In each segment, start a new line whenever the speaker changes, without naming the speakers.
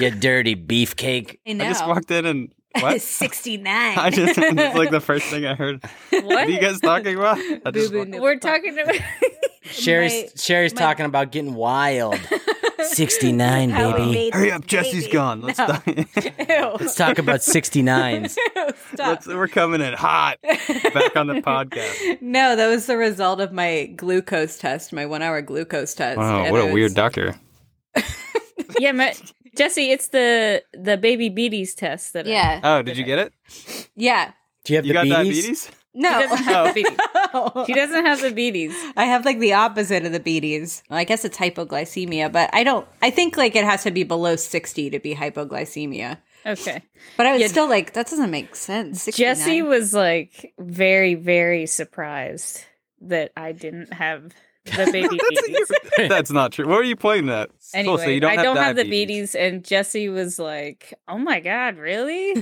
you dirty beefcake.
I know.
I just walked in and what?
69.
I just that's like the first thing I heard. What are you guys talking about? I just
Boo-boo
walked-
noodle.
We're talking about
Sherry's Sherry's
my-
talking about getting wild. 69,
How we
baby.
made
Hurry
this
up, Jesse's
baby.
gone. Let's
No.
die.
Ew.
Let's talk about 69s.
Stop.
Let's, we're coming in hot back on the podcast.
no, that was the result of my glucose test, my one hour glucose test.
Wow,
And
what
it
a
was-
weird doctor.
yeah, my, Jesse, it's the the baby beaties test that. I-
Yeah.
Oh, did you get it?
Yeah.
Do you have
You
the
got
beaties?
diabetes?
She
No.
doesn't
Oh.
have the beaties.
No.
She doesn't have the beaties.
I have like the opposite of the beaties. Well, I guess it's hypoglycemia, but I don't. I think like it has to be below sixty to be hypoglycemia.
Okay.
But I was
Yeah.
still like, that doesn't make sense. 69.
Jesse was like very, very surprised that I didn't have the baby beaties.
That's not true. What are you playing at?
Anyway,
Cool, so you don't
I
have
don't have the
diabetes.
beaties, and Jesse was like, "Oh my god, really?"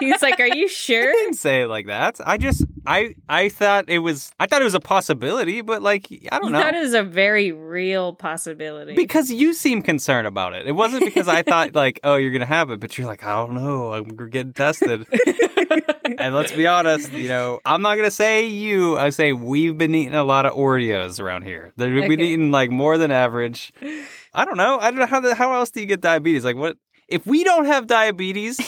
He's like, "Are you sure?"
didn't say it like that. I just I I thought it was I thought it was a possibility, but like I
You
don't
thought
know.
it was a very real possibility.
Because you seem concerned about it. It wasn't because I thought like, oh, you're gonna have it, but you're like, I don't know, I'm getting tested. and let's be honest, you know, I'm not gonna say you. I say we've been eating a lot of Oreos around here. That We've been
Okay.
eating like more than average. I don't know. I don't know how the, how else do you get diabetes? Like what if we don't have diabetes?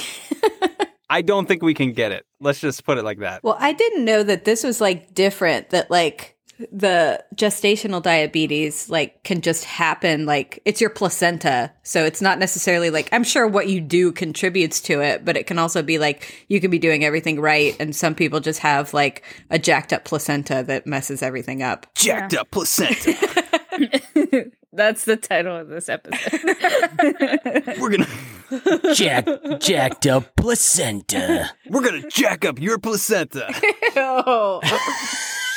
I don't think we can get it. Let's just put it like that.
Well, I didn't know that this was like different, that like the gestational diabetes like can just happen like it's your placenta. So it's not necessarily like I'm sure what you do contributes to it, but it can also be like you can be doing everything right and some people just have like a jacked up placenta that messes everything up.
Jacked up placenta.
That's the title of this episode.
We're gonna
Jack, jacked up placenta.
we're gonna jack up your placenta.
Oh.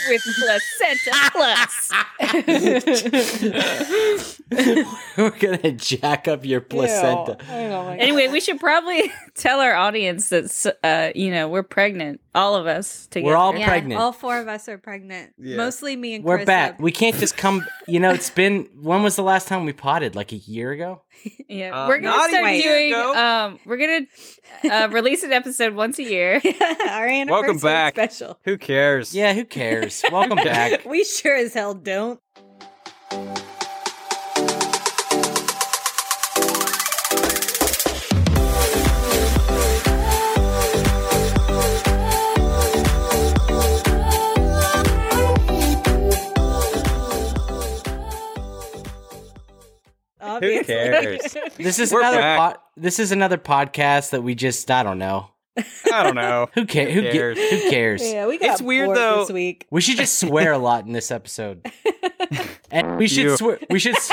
With placenta plus.
We're gonna jack up your placenta.
Anyway, we should probably tell our audience that uh, you know we're pregnant, all of us together.
We're all pregnant.
All four of us are pregnant.
Yeah.
Mostly me and
We're
Carissa.
back. We can't just come. You know, it's been. When was the last time we potted? Like a year ago.
Yeah,
Uh,
we're gonna
not
start
even-
doing.
No.
Um, we're gonna uh, release an episode once a year.
Our anniversary
Welcome back.
special.
Who cares?
Yeah, who cares? Welcome back.
We sure as hell don't.
Who cares?
This is
We're
another.
back.
pod this is another podcast that we just. I don't know.
I don't know.
Who cares? Who,
Who
ca-
cares?
who cares?
Yeah, we got
It's weird,
bored
though.
this week.
We should just swear a lot in this episode. And we should
You.
swear. We should. s-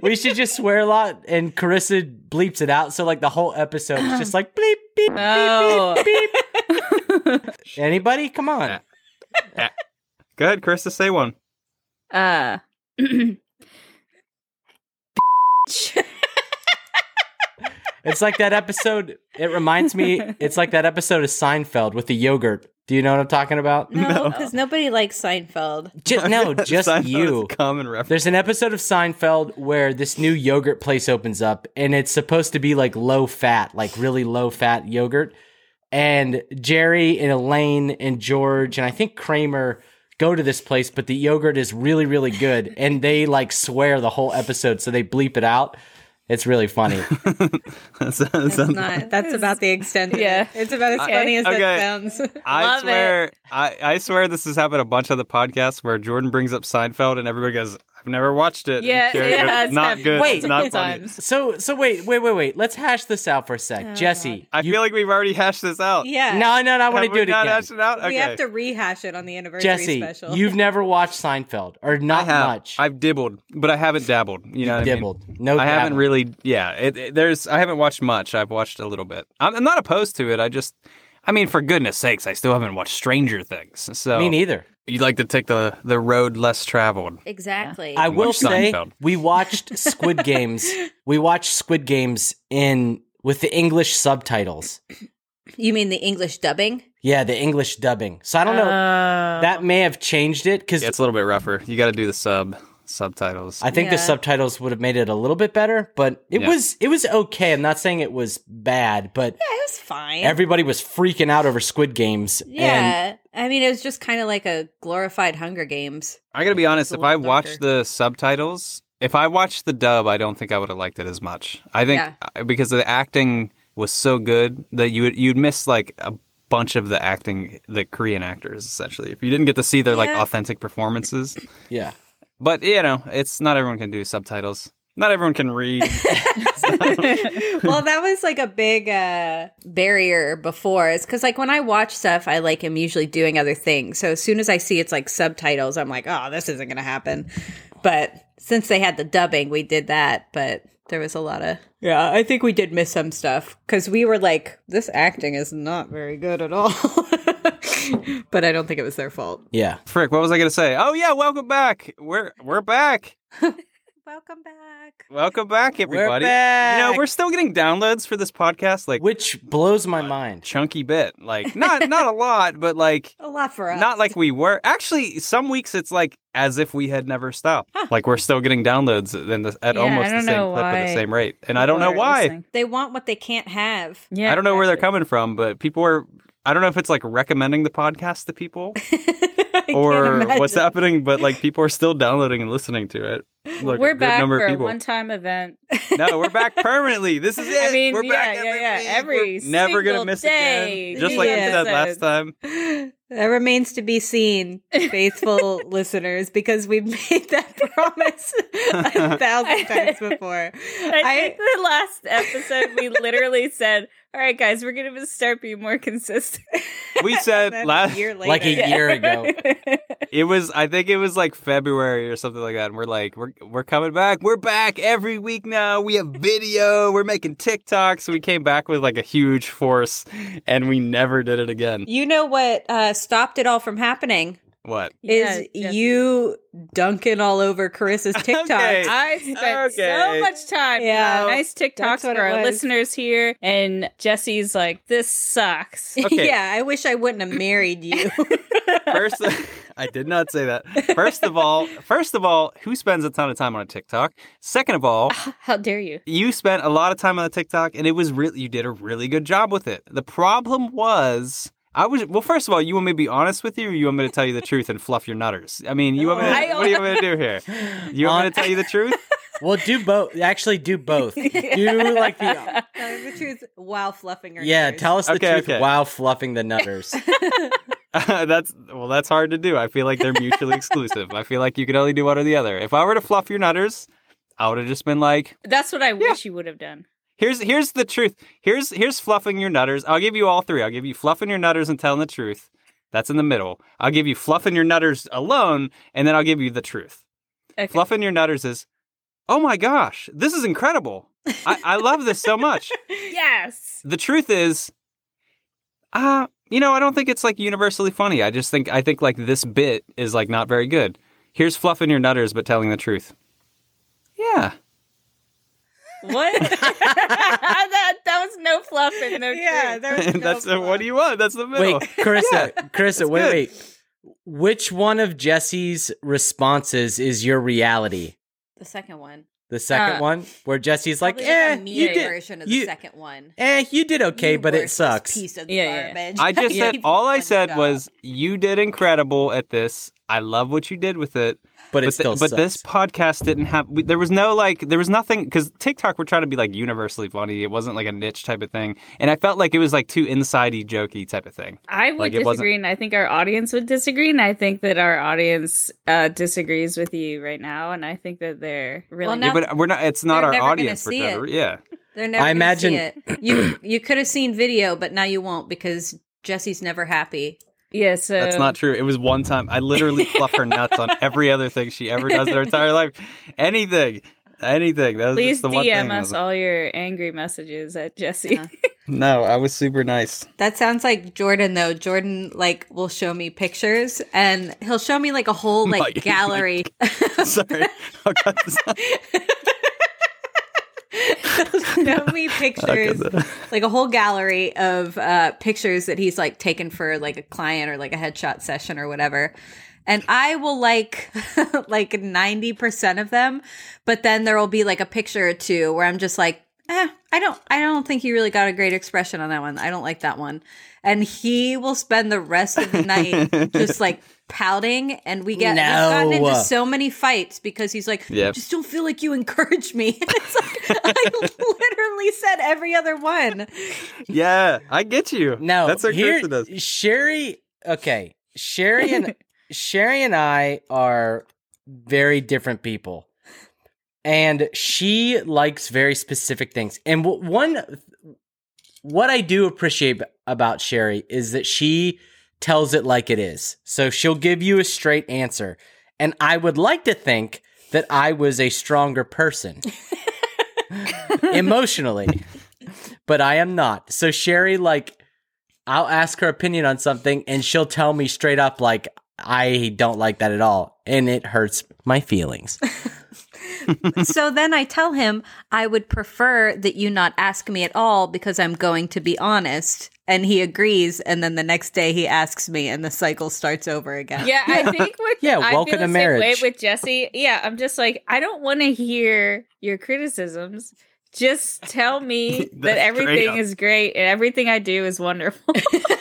we should just swear a lot, and Carissa bleeps it out. So like the whole episode is just like bleep beep.
Oh,
Anybody? Come on.
Go ahead, Chris, say one.
uh, bitch.
It's like that episode. It reminds me. It's like that episode of Seinfeld with the yogurt. Do you know what I'm talking about?
No, because nobody likes Seinfeld.
Ju- no, just
Seinfeld is
you.
a common reference.
There's an episode of Seinfeld where this new yogurt place opens up and it's supposed to be like low fat, like really low fat yogurt. And Jerry and Elaine and George and I think Kramer go to this place, but the yogurt is really, really good. And they like swear the whole episode, so they bleep it out. It's really funny.
That's-
It's
that's-
not. That's about the extent. Of
Yeah.
it. it's about as
I-
funny as
okay.
that sounds.
I
Love
swear, I, I swear this has happened a bunch of the podcasts where Jordan brings up Seinfeld and everybody goes, "I've never watched it."
Yeah,
Jerry
yeah,
goes,
it's
not
happened
good.
Wait.
it's not
multiple
funny.
times.
so so wait, wait, wait, wait. Let's hash this out for a sec. Jesse.
I
you-
feel like we've already hashed this out.
Yeah.
No, no, no, I want to
Have
do
we
it
not
again.
hashed it out? Okay.
We have to rehash it on the anniversary
Jesse,
special.
you've never watched Seinfeld or not
I have.
much.
I've dibbled, but I haven't dabbled. You know what I mean?
Dibbled. No,
I haven't
dabbled.
really. Yeah, it, it- there's. I haven't watched much. I've watched a little bit. I'm, I'm not opposed to it. I just, I mean, for goodness sakes, I still haven't watched Stranger Things. So
Me neither.
You'd like to take the the road less traveled.
exactly.
I
and
will
watch
say
Seinfeld.
we watched Squid Games. We watched Squid Games in with the English subtitles.
you mean the English dubbing?
Yeah, the English dubbing. So I don't know.
Uh,
Oh.
that may have changed it because
Yeah, it's a little bit rougher. You got to do the sub. subtitles.
I think the
Yeah.
subtitles would have made it a little bit better, but it
Yeah.
was it was okay. I'm not saying it was bad, but
Yeah, it was fine.
everybody was freaking out over Squid Games. and
yeah, I mean, it was just kind of like a glorified Hunger Games.
I gotta be honest.
The
If I
Wolf
watched
Doctor.
the subtitles, if I watched the dub, I don't think I would have liked it as much. I think because the acting was so good that you would, you'd miss like a bunch of the acting, the Korean actors essentially. If you didn't get to see their like
Yeah.
authentic performances,
yeah,
but you know, it's not everyone can do subtitles. Not everyone can read.
well, that was like a big uh, barrier before, is because like when I watch stuff, I like am usually doing other things. So as soon as I see it's like subtitles, I'm like, oh, this isn't going to happen. But since they had the dubbing, we did that. But there was a lot of yeah, I think we did miss some stuff because we were like, this acting is not very good at all. but I don't think it was their fault.
yeah.
Frick, what was I gonna say? Oh yeah, welcome back. We're we're back.
Welcome back.
Welcome back, everybody. You know,
back.
we're still getting downloads for this podcast, like
Which blows my mind.
chunky bit. Like not not a lot, but like
A lot for us.
not like we were. Actually, some weeks it's like as if we had never stopped. Like we're still getting downloads in the, at
Yeah, I
almost the
don't
same
know
clip at the
why
same rate, and I don't know
People are
why.
listening.
they want what they can't have.
Yeah,
I don't know where they're
exactly.
coming from, but people are. I don't know if it's like recommending the podcast to people
I
or
can't
what's
imagine.
happening, but like people are still downloading and listening to it. Like a
We're
good
back
number
for
of
a
people.
one-time event.
no, we're back permanently. This is
I
it.
mean,
we're back
yeah, yeah, yeah.
week.
Every
We're never gonna
single
miss
day.
again. Just like you
Yeah.
said last time.
That remains to be seen, faithful listeners, because we've made that promise a thousand times before.
I,
I,
think the last episode we literally said, "All right, guys, we're gonna start being more consistent."
We said
that's
last.
a year later.
Like a year ago.
It was. I think it was like February or something like that. And we're like, we're we're coming back. We're back every week now. We have video. We're making TikToks. We came back with like a huge force, and we never did it again.
You know what uh, stopped it all from happening
What?
Yeah,
is
yeah.
you dunking all over Carissa's TikTok.
Okay.
I spent
Okay.
so much time.
Yeah.
Yeah, nice TikToks
That's
for
what it
our
was.
listeners here. And Jesse's like, "This sucks."
Okay.
yeah, I wish I wouldn't have married you.
First, I did not say that. First of all, first of all, who spends a ton of time on a TikTok? Second of all,
How dare you?
you spent a lot of time on the TikTok, and it was really you did a really good job with it. The problem was. I was well. First of all, you want me to be honest with you, or you want me to tell you the truth and fluff your nutters? I mean, you want me?
I-
To, what do you want me to do here? You want me to tell you the truth?
Well, do both. Actually, do both. Do like the
Tell us the truth while fluffing her.
yeah.
ears.
Tell us the
Okay,
truth
okay.
while fluffing the nutters.
that's well, that's hard to do. I feel like they're mutually exclusive. I feel like you can only do one or the other. If I were to fluff your nutters, I would have just been like,
That's what I wish you would have done.
Here's here's the truth. Here's here's fluffing your nutters. I'll give you all three. I'll give you fluffing your nutters and telling the truth. That's in the middle. I'll give you fluffing your nutters alone, and then I'll give you the truth.
Okay.
Fluffing your nutters is, oh my gosh, this is incredible. I, I love this so much.
Yes.
The truth is, uh, you know, I don't think it's like universally funny. I just think I think like this bit is like not very good. Here's fluffing your nutters but telling the truth. Yeah.
What? that, that was no fluff and no
yeah,
truth.
That's the what do you want? That's the middle.
wait, Carissa, Carissa, wait,
good.
wait. Which one of Jesse's responses is your reality?
The second one.
The second
Uh,
one, where Jesse's like,
Probably
"Eh,
a
you
meaner
did,
version of
you-
the second one.
eh, you did okay,
You
but it
worthless
sucks."
Piece of
Yeah, yeah, yeah.
garbage.
I just said all I
One
said
job.
was you did incredible at this. I love what you did with it.
But it
but
still
th- but
sucks.
this podcast didn't have we, there was no like there was nothing cuz TikTok were trying to be like universally funny. It wasn't like a niche type of thing. And I felt like it was like too insidey jokey type of thing.
I would
Like, it wasn't-
disagree, and I think our audience would disagree, and I think that our audience uh, disagrees with you right now, and I think that they're really
Well,
Yeah,
now-
but we're not it's not
they're
our
never gonna
audience
see
whatever.
it.
Yeah.
They're never
I
I
imagine-
imagine it. You you could have seen video, but now you won't because Jesse's never happy.
yeah. So
That's not true. It was one time I literally fluff her nuts on every other thing she ever does in her entire life. Anything. Anything. That was
Please
just the one thing.
DM
I
us
was-
all your angry messages at Jesse.
Yeah.
No, I was super nice.
That sounds like Jordan though. Jordan like will show me pictures and he'll show me like a whole like
My-
gallery.
Sorry. I'll cut this out.
he'll show me pictures like a whole gallery of uh, pictures that he's like taken for like a client or like a headshot session or whatever. and I will like like 90% of them, but then there will be like a picture or two where I'm just like, eh, I don't I don't think you really got a great expression on that one. I don't like that one. And he will spend the rest of the night just like pouting and we get
No.
we've gotten into so many fights because he's like
Yep.
I just don't feel like you encourage me. And it's like I literally said every other one.
Yeah, I get you.
No,
that's our
here,
curse with us.
Sherry. Okay, Sherry and Sherry and I are very different people, and she likes very specific things. And w- one, what I do appreciate ab- about Sherry is that she tells it like it is. So she'll give you a straight answer, and I would like to think that I was a stronger person emotionally, but I am not. So Sherry, like. I'll ask her opinion on something and she'll tell me straight up like I don't like that at all and it hurts my feelings.
so then I tell him I would prefer that you not ask me at all because I'm going to be honest. And he agrees. And then the next day he asks me, and the cycle starts over again.
Yeah, I think with
Yeah,
I
welcome
feel the
to
same way
marriage.
with Jesse. Yeah, I'm just like I don't want to hear your criticisms. Just tell me
That's
that
straight
everything
up.
is great and everything I do is wonderful.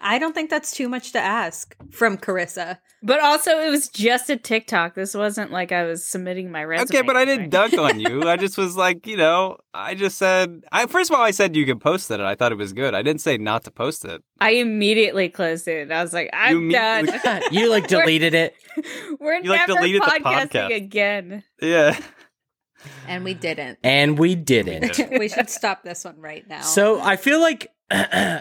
I don't think that's too much to ask from Carissa.
but also, it was just a TikTok. This wasn't like I was submitting my resume.
Okay, but I didn't
right?
dunk on you. I just was like, you know, I just said, I first of all, I said you could post it, and I thought it was good. I didn't say not to post it.
I immediately closed it. I was like, I'm
immediately-
done.
you like deleted it.
We're
You, like,
never
deleted the
podcasting
podcast.
again.
Yeah,
And we didn't.
And we didn't.
we should stop this one right now.
So I feel like I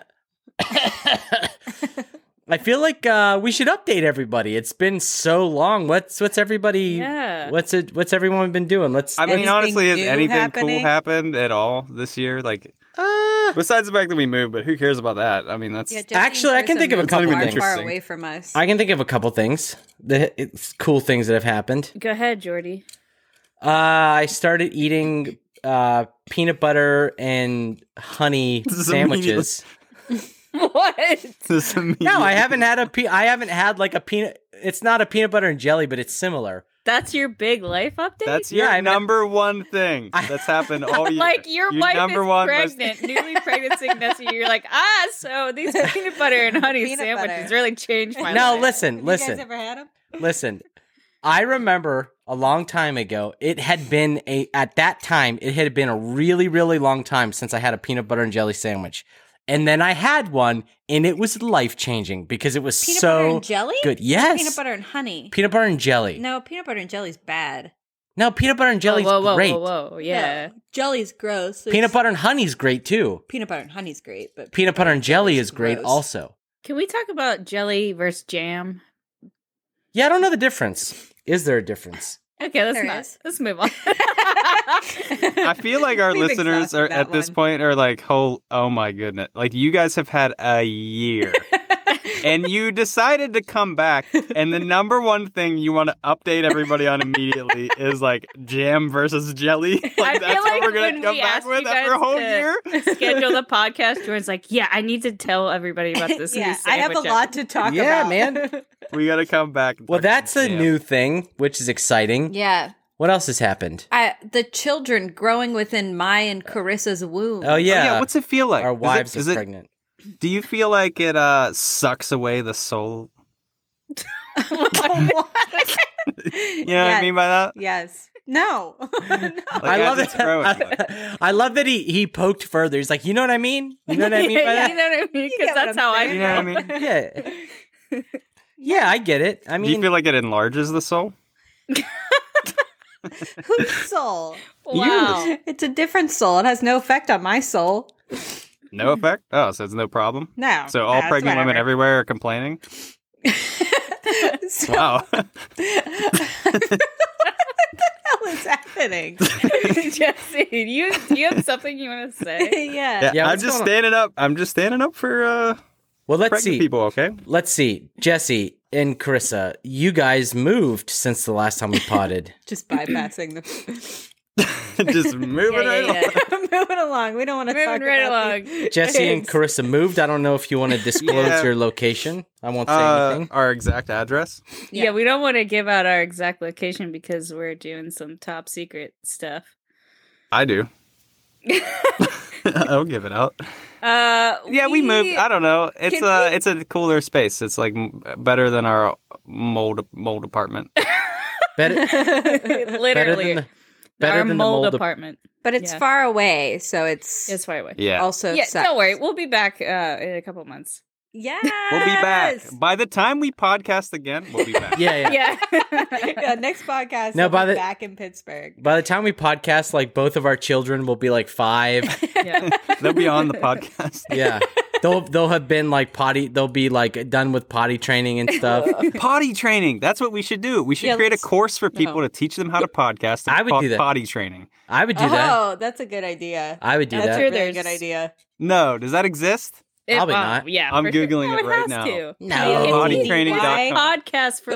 feel like uh, we should update everybody. It's been so long. What's what's everybody
Yeah.
what's it what's everyone been doing? Let's
I mean,
Anything
honestly, has
new
anything cool
happening?
happened at all this year? Like,
uh,
besides the fact that we moved, but who cares about that? I mean, that's
Yeah, Jesse
Actually, I
and
can
Carissa
think of a
moved
couple
far,
things.
far away from us.
I can think of a couple things. The it's cool things that have happened.
Go ahead, Jordy.
Uh, I started eating uh, peanut butter and honey
This is
sandwiches.
What?
This immediate-
No, I haven't had a pe- I haven't had like a peanut. It's not a peanut butter and jelly, but it's similar.
That's your big life update?
That's
Yeah,
your
I mean-
number one thing
I-
that's happened all year.
like your
Your
wife
number
is
one most-
pregnant, newly pregnant next year. You're like, ah, so these peanut butter and honey
Peanut
sandwiches
butter.
really changed
Oh,
my
no,
life.
listen,
You guys
listen,
ever had them?
listen. I remember a long time ago. It had been a at that time. It had been a really really long time since I had a peanut butter and jelly sandwich, and then I had one, and it was life changing because it was
Peanut butter
so
and jelly?
good. Yes,
Peanut butter and honey.
peanut butter and jelly. No,
No, Oh, peanut butter and jelly's bad.
peanut butter and
Whoa,
jelly's
whoa, whoa,
great.
whoa, whoa. Yeah.
No, jelly's gross. There's-
Peanut butter and honey's great too.
peanut butter and honey's great, but
Peanut butter and jelly
jelly's
is great
gross.
also.
Can we talk about jelly versus jam?
Yeah, I don't know the difference. Is there a difference?
Okay, let's
There
not.
is.
Let's move on.
I feel like our
We've
listeners
exhausted
are
that
at this
one.
point are like, "Whole, oh my goodness!" Like you guys have had a year, and you decided to come back, and the number one thing you want to update everybody on immediately is like jam versus jelly. Like
I feel
that's what
like
we're gonna
when
come
we
back
asked
with
you
after a
guys
whole
to-
year.
Schedule the podcast. Jordan's like, yeah, I need to tell everybody about this. new
yeah, I have a
sandwich
lot to talk
yeah,
about.
man.
We gotta come back. and
Well,
talk about
that's a
jam. Oh,
new thing, which is exciting.
Yeah.
What else has happened?
I, the children growing within my and Carissa's womb.
Oh
Oh,
yeah,
yeah, what's it feel like?
our
Is it-
wives
is
are
it-
pregnant.
Do you feel like it uh, sucks away the soul? You know what I
Yeah.
mean by that?
Yes. No. No.
Like,
I
as
love
it's
it.
growing, like-
I, I love that he he poked further. He's like, you know what I mean? You know what I mean by
Yeah,
that?
you know what I mean?
You
Because
get what
that's
I'm
how I
saying.
You know what I mean?
Yeah. Yeah, I get it. I
Do you
mean,
feel like it enlarges the soul?
Whose soul?
Wow.
Oh.
It's a different soul. It has no effect on my soul.
No effect? Oh, so it's no problem?
No.
So all
That's
pregnant women
whatever.
everywhere are complaining? Oh.
So-
Wow.
hell is happening?
Jesse, do you do you have something you want to say?
yeah.
yeah,
Yeah,
I'm
what's
just
going on?
standing up. I'm just standing up for uh,
well, let's
pregnant
see.
people, okay?
Let's see. Jesse and Carissa, you guys moved since the last time we potted.
Just bypassing the
Just moving
yeah,
right
yeah, yeah. Moving along. We don't want to talk
Moving right
about
along.
the-
Jesse and Carissa moved. I don't know if you want to disclose
Yeah.
your location. I won't say
along. Uh,
anything.
our exact address.
Yeah.
Yeah. we don't want to give out our exact location because we're doing some top secret stuff.
I do. I'll give it out.
Uh,
Yeah, we moved. I don't know. It's
can
a
we-
it's a cooler space. It's like m- better than our mold mold apartment.
Better, better
literally
than the, better
our
than the
mold,
mold ap-
apartment.
but it's
Yeah.
far away, so it's,
It's far away.
Yeah,
also
yeah,
sucks.
don't worry. We'll be back uh, in a couple months.
Yes.
we'll be back by the time we podcast again. We'll be back.
yeah, yeah.
Yeah.
yeah, next podcast.
No,
No,
by
by
the-
back in Pittsburgh.
By the time we podcast, like both of our children will be like five.
Yeah.
They'll be on the podcast.
yeah, they'll they'll have been like potty. They'll be like done with potty training and stuff.
Potty training. That's what we should do. We should
Yeah,
create a
let's-
course for people
no.
to teach them how to podcast. and
I would
called
do that.
Potty training.
I would do
oh,
that.
that's a good idea.
I would do
That's
that.
your-
Really
There's-
good idea.
No, does that exist?
It-
Probably
uh,
not.
Yeah,
I'm
for sure.
Googling
No,
it right
has
now.
to.
No.
It's
Bodytraining.com.
a podcast for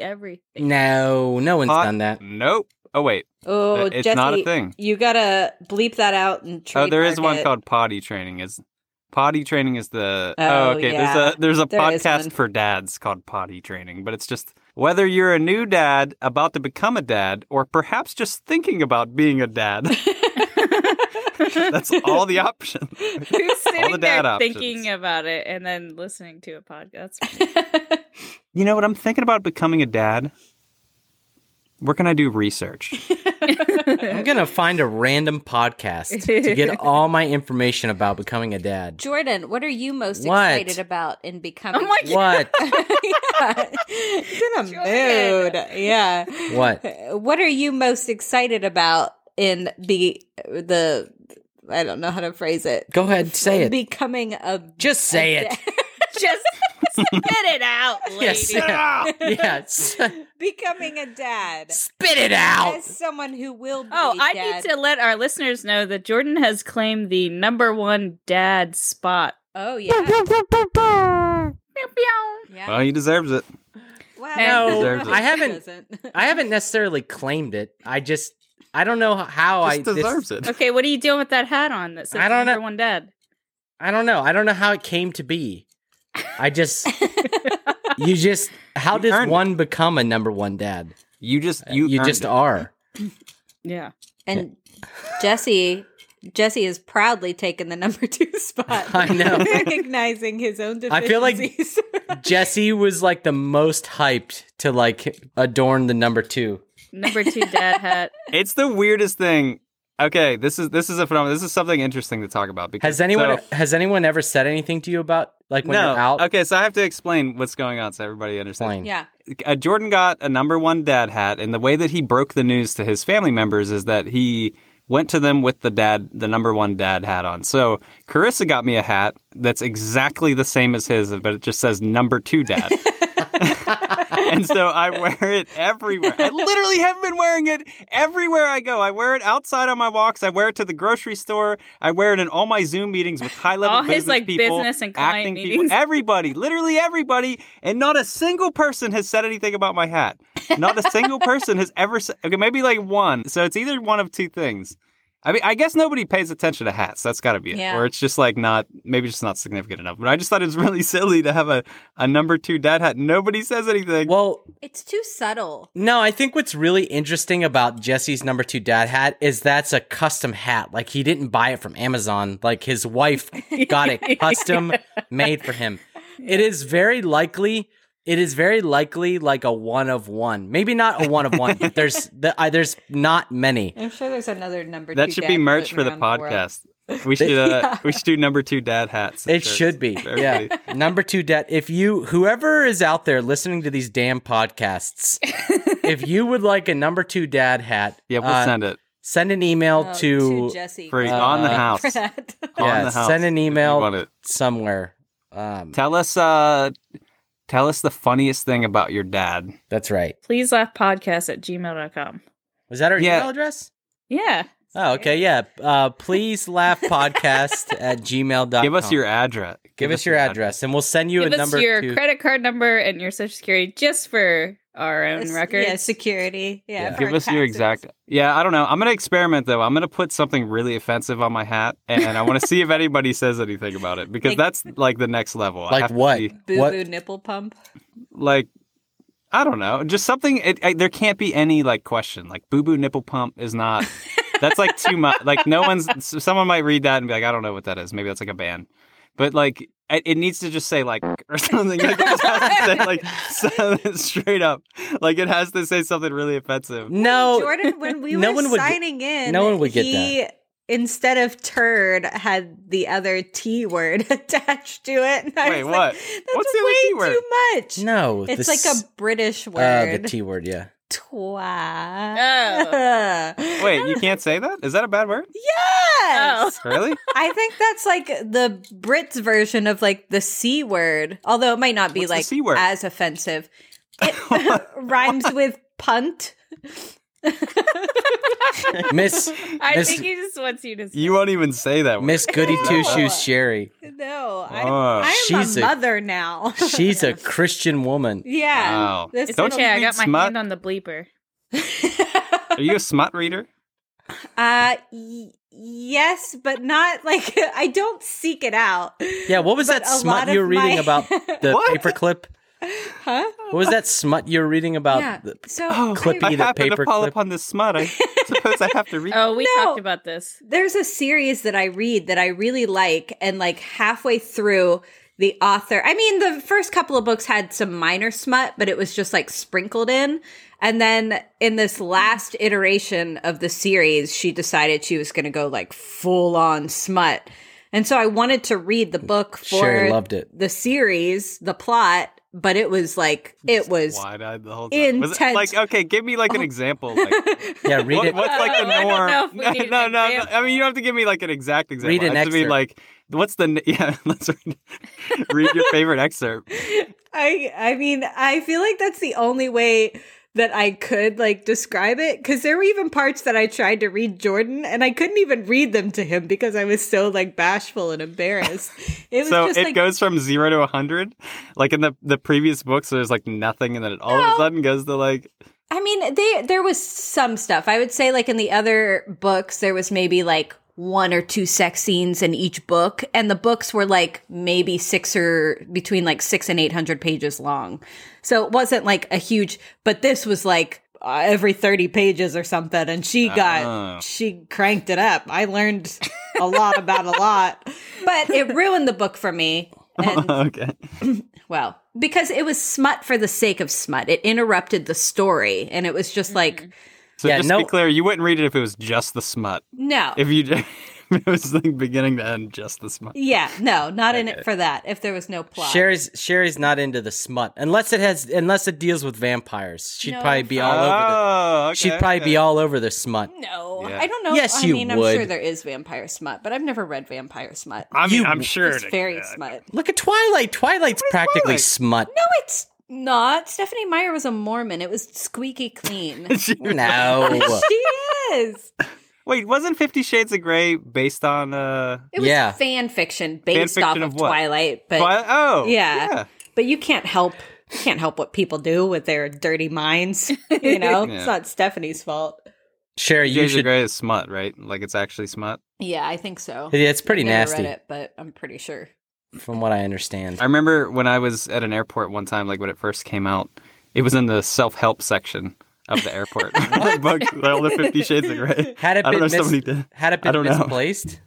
everything.
no, no one's
Pot-
done that.
Nope. Oh wait,
Oh,
it's
Jesse,
not a thing.
you gotta bleep that out and.
Oh, there is
trademark
one
it.
called potty training. Is potty training is the
Oh,
okay.
yeah.
There's a there's a
There is one.
podcast for dads called potty training, but it's just whether you're a new dad about to become a dad or perhaps just thinking about being a dad. That's all the options.
Who's sitting
the
there
dad options.
thinking about it and then listening to a podcast?
You know what? I'm thinking about becoming a dad. Where can I do research?
I'm gonna find a random podcast to get all my information about becoming a dad.
Jordan, what are you most
What?
excited about in becoming?
Oh my
What?
yeah. It's in a mood.
Jordan.
Yeah.
What?
What are you most excited about in the the I don't know how to phrase it.
Go ahead, say it.
Becoming a
Just say it.
Just spit it out, lady.
Yes. Yes.
becoming a dad.
Spit it out.
As someone who will be
Oh, I
dad.
need to let our listeners know that Jordan has claimed the number one dad spot.
Oh yeah.
Meow, meow.
yeah.
Well, he deserves it.
Wow.
No,
Deserves it. I haven't-
Doesn't.
I haven't necessarily claimed it. I just I don't know how Oh, I
Just deserves it.
Okay, what are you doing with that hat on that says
I don't know.
number one dad?
I don't know. I don't know how it came to be. I just you just how
You
does
earned it.
one become a number one dad?
You just you
Uh, You,
earned
just
it.
are.
Yeah.
And Jesse Jesse has proudly taken the number two spot.
I know.
recognizing his own
I feel like-
deficiencies.
Jesse was like the most hyped to like adorn the number two.
Number two dad hat.
It's the weirdest thing. Okay, this is this is a phenomenon. This is something interesting to talk about. Because
Has anyone
so-
has anyone ever said anything to you about like when
no.
you're out?
Okay, so I have to explain what's going on so everybody
Explain.
understands.
yeah.
Uh, Jordan got a number one dad hat, and the way that he broke the news to his family members is that he went to them with the dad, the number one dad hat on. So Carissa got me a hat that's exactly the same as his, but it just says number two dad. and so I wear it everywhere. I literally have been wearing it everywhere I go. I wear it outside on my walks. I wear it to the grocery store. I wear it in all my Zoom meetings with high level
All his,
business
like,
people,
business and client
acting
meetings.
People, everybody, literally everybody, and not a single person has said anything about my hat. Not a single person has ever said. Okay, maybe like one. So it's either one of two things. I mean, I guess nobody pays attention to hats. That's got to be it.
Yeah.
Or it's just like not, maybe just not significant enough. But I just thought it was really silly to have a, a number two dad hat. Nobody says anything.
Well,
It's too subtle.
no, I think what's really interesting about Jesse's number two dad hat is that's a custom hat. Like he didn't buy it from Amazon. Like his wife got it custom made for him. It is very likely. It is very likely like a one of one. Maybe not a one of one. But there's the, I, there's not many.
I'm sure there's another number.
that
two
should
dad
be merch
floating
for the
around world.
podcast. we should uh, we should do number two dad hats. and
It
shirts.
should be.
Very
Yeah.
funny.
Number two debt. If you, whoever is out there listening to these damn podcasts, if you would like a number two dad hat,
Yeah, we'll
uh,
send it
send an email
Oh,
to,
Jesse
for
for
on the
uh,
house.
that.
on
yeah,
the house
send an
if you
email.
want it.
somewhere. Um,
Tell us uh tell us the funniest thing about your dad.
that's right.
Please laugh podcast at gmail.com.
Was that our
Yeah.
email address?
Yeah.
Oh, okay. Yeah. Uh, please laugh podcast at gmail.com.
Give us your address.
Give us your address and we'll send you
Give
a
us
number.
your
to-
credit card number and your social security just for our own
It's-
records.
Yeah, security. Yeah.
Yeah.
for
Give us your
taxes.
exact. Yeah, I don't know. I'm gonna experiment though. I'm gonna put something really offensive on my hat, and I want to see if anybody says anything about it because
Like-
that's like the next level. I
Like
have to
what?
see-
Boo
What-
boo nipple pump.
like, I don't know. Just something. It, I, there can't be any like question. Like boo boo nipple pump is not. That's like too much. Like no one's. s- Someone might read that and be like, I don't know what that is. Maybe that's like a ban, but like. It it needs to just say like or something like, it just has to say, like so- straight up, like it has to say something really offensive.
No.
Jordan, when we
Oh, no
were
one would get-
signing in,
no one would get
he, Instead of turd, had the other T word attached to it. And I
Wait,
was like,
what?
That's
What's the other T
way
word?
too much.
No.
it's
this-
like a British
Uh,
word.
the T word, yeah.
Oh.
Twat.
Wait, you can't say that? Is that a bad word?
Oh,
Oh.
Yes.
Really?
I think that's like the Brits version of like the C word, although it might not be
What's the
like
C word?
as offensive. It rhymes with punt.
Miss
I
Miss-
think he just wants you to.
You won't even say that word.
Miss Goody Two Shoes Sherry.
No,
Oh.
I, I'm
She's
a
a-
mother now.
She's a Christian woman.
yeah.
Wow.
This
It's
Don't
okay. I
read
got my
smut.
hand on the bleeper.
Are you a smut reader?
uh, y- yes, but not like I don't seek it out.
Yeah, what was
But
that
a lot
smut you were
of
reading
my-
about the
What?
paperclip?
Huh?
What was that smut you were reading about?
yeah.
the-
So
Clippy
I
the
happened to
paper
fall
clip.
upon this smut. I suppose I have to read.
Oh, we
No.
talked about this.
there's a series that I read that I really like, and like halfway through, the author. I mean, the first couple of books had some minor smut, but it was just like sprinkled in. And then in this last iteration of the series, she decided she was going to go like full on smut. And so I wanted to read the book for
Sherry loved it.
the series, the plot, but it was like, it was.
Wide-eyed the whole time. Was it, like,
Intense.
okay, give me like an example. Like,
Yeah, read
what,
it.
what's like the
Oh. I don't
norm?
know if we
no,
need an
no, no, no.
example.
I mean, you don't have to give me like an exact example.
Read an
I have to be
excerpt.
like, what's the n- yeah? Let's read, read your favorite excerpt.
I I mean, I feel like that's the only way that I could like describe it cuz there were even parts that I tried to read Jordan and I couldn't even read them to him because I was so like bashful and embarrassed. It was
So it
just like
goes from zero to a hundred. Like in the the previous books, there's like nothing, and then it all of a sudden goes to like
I mean, they there was some stuff. I would say like in the other books there was maybe like one or two sex scenes in each book and the books were like maybe 6 or between like 6 and 800 pages long. So it wasn't like a huge but this was like uh, every 30 pages or something and she got
Oh.
she cranked it up. I learned a lot about a lot. But it ruined the book for me. And
okay.
well, because it was smut for the sake of smut. It interrupted the story and it was just like,
Mm-hmm.
So
Yeah,
just
no-
to be clear, you wouldn't read it if it was just the smut.
no.
If you if it was like beginning to end just the smut.
yeah, no, not in it for that. If there was no plot.
Sherry's Sherry's not into the smut unless it has unless it deals with vampires. She'd
No,
probably be all over the
oh, okay,
she'd probably be all over the smut.
no,
Yeah.
I don't know.
Yes,
I
you
mean,
would.
I'm sure there is vampire smut, but I've never read vampire smut.
I mean,
You-
I'm sure
it's
it-
fairy
yeah.
smut.
Look at Twilight. Twilight's practically
Twilight?
smut.
No, it's not. Stephanie Meyer was a Mormon. It was squeaky clean.
No.
she is.
Wait, wasn't Fifty Shades of Grey based on uh?
It was
Yeah.
fan fiction based
Fan
off
fiction
of,
of what?
Twilight, but
Twi- oh,
Yeah.
yeah.
but you can't help you can't help what people do with their dirty minds. You know,
Yeah.
it's not Stephanie's fault.
Sherry, you
Shades of
should.
Grey is smut, right? Like it's actually smut.
Yeah, I think so.
Yeah, it's pretty
I've never
nasty,
Read it, but I'm pretty sure.
from what I understand.
I remember when I was at an airport one time, like when it first came out, it was in the self help section of the airport. the book, all the Fifty Shades of Grey.
Had it
I
been
don't know
mis-
if somebody did.
Had it been
I don't know.
misplaced?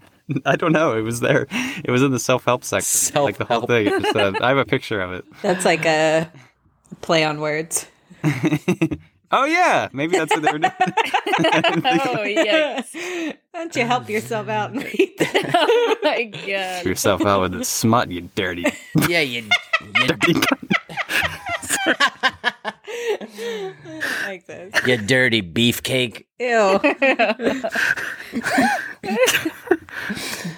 I don't know. It was there. It was in the self help section. Like the whole
Self-help.
thing. It just said, I have a picture of it.
That's like a play on words.
Oh yeah, maybe that's what they were doing.
Oh yeah.
Why don't you help yourself out and read that?
oh my god.
yourself out with the smut, you dirty.
yeah, you.
dirty cunt.
I like this.
You dirty beefcake.
Ew.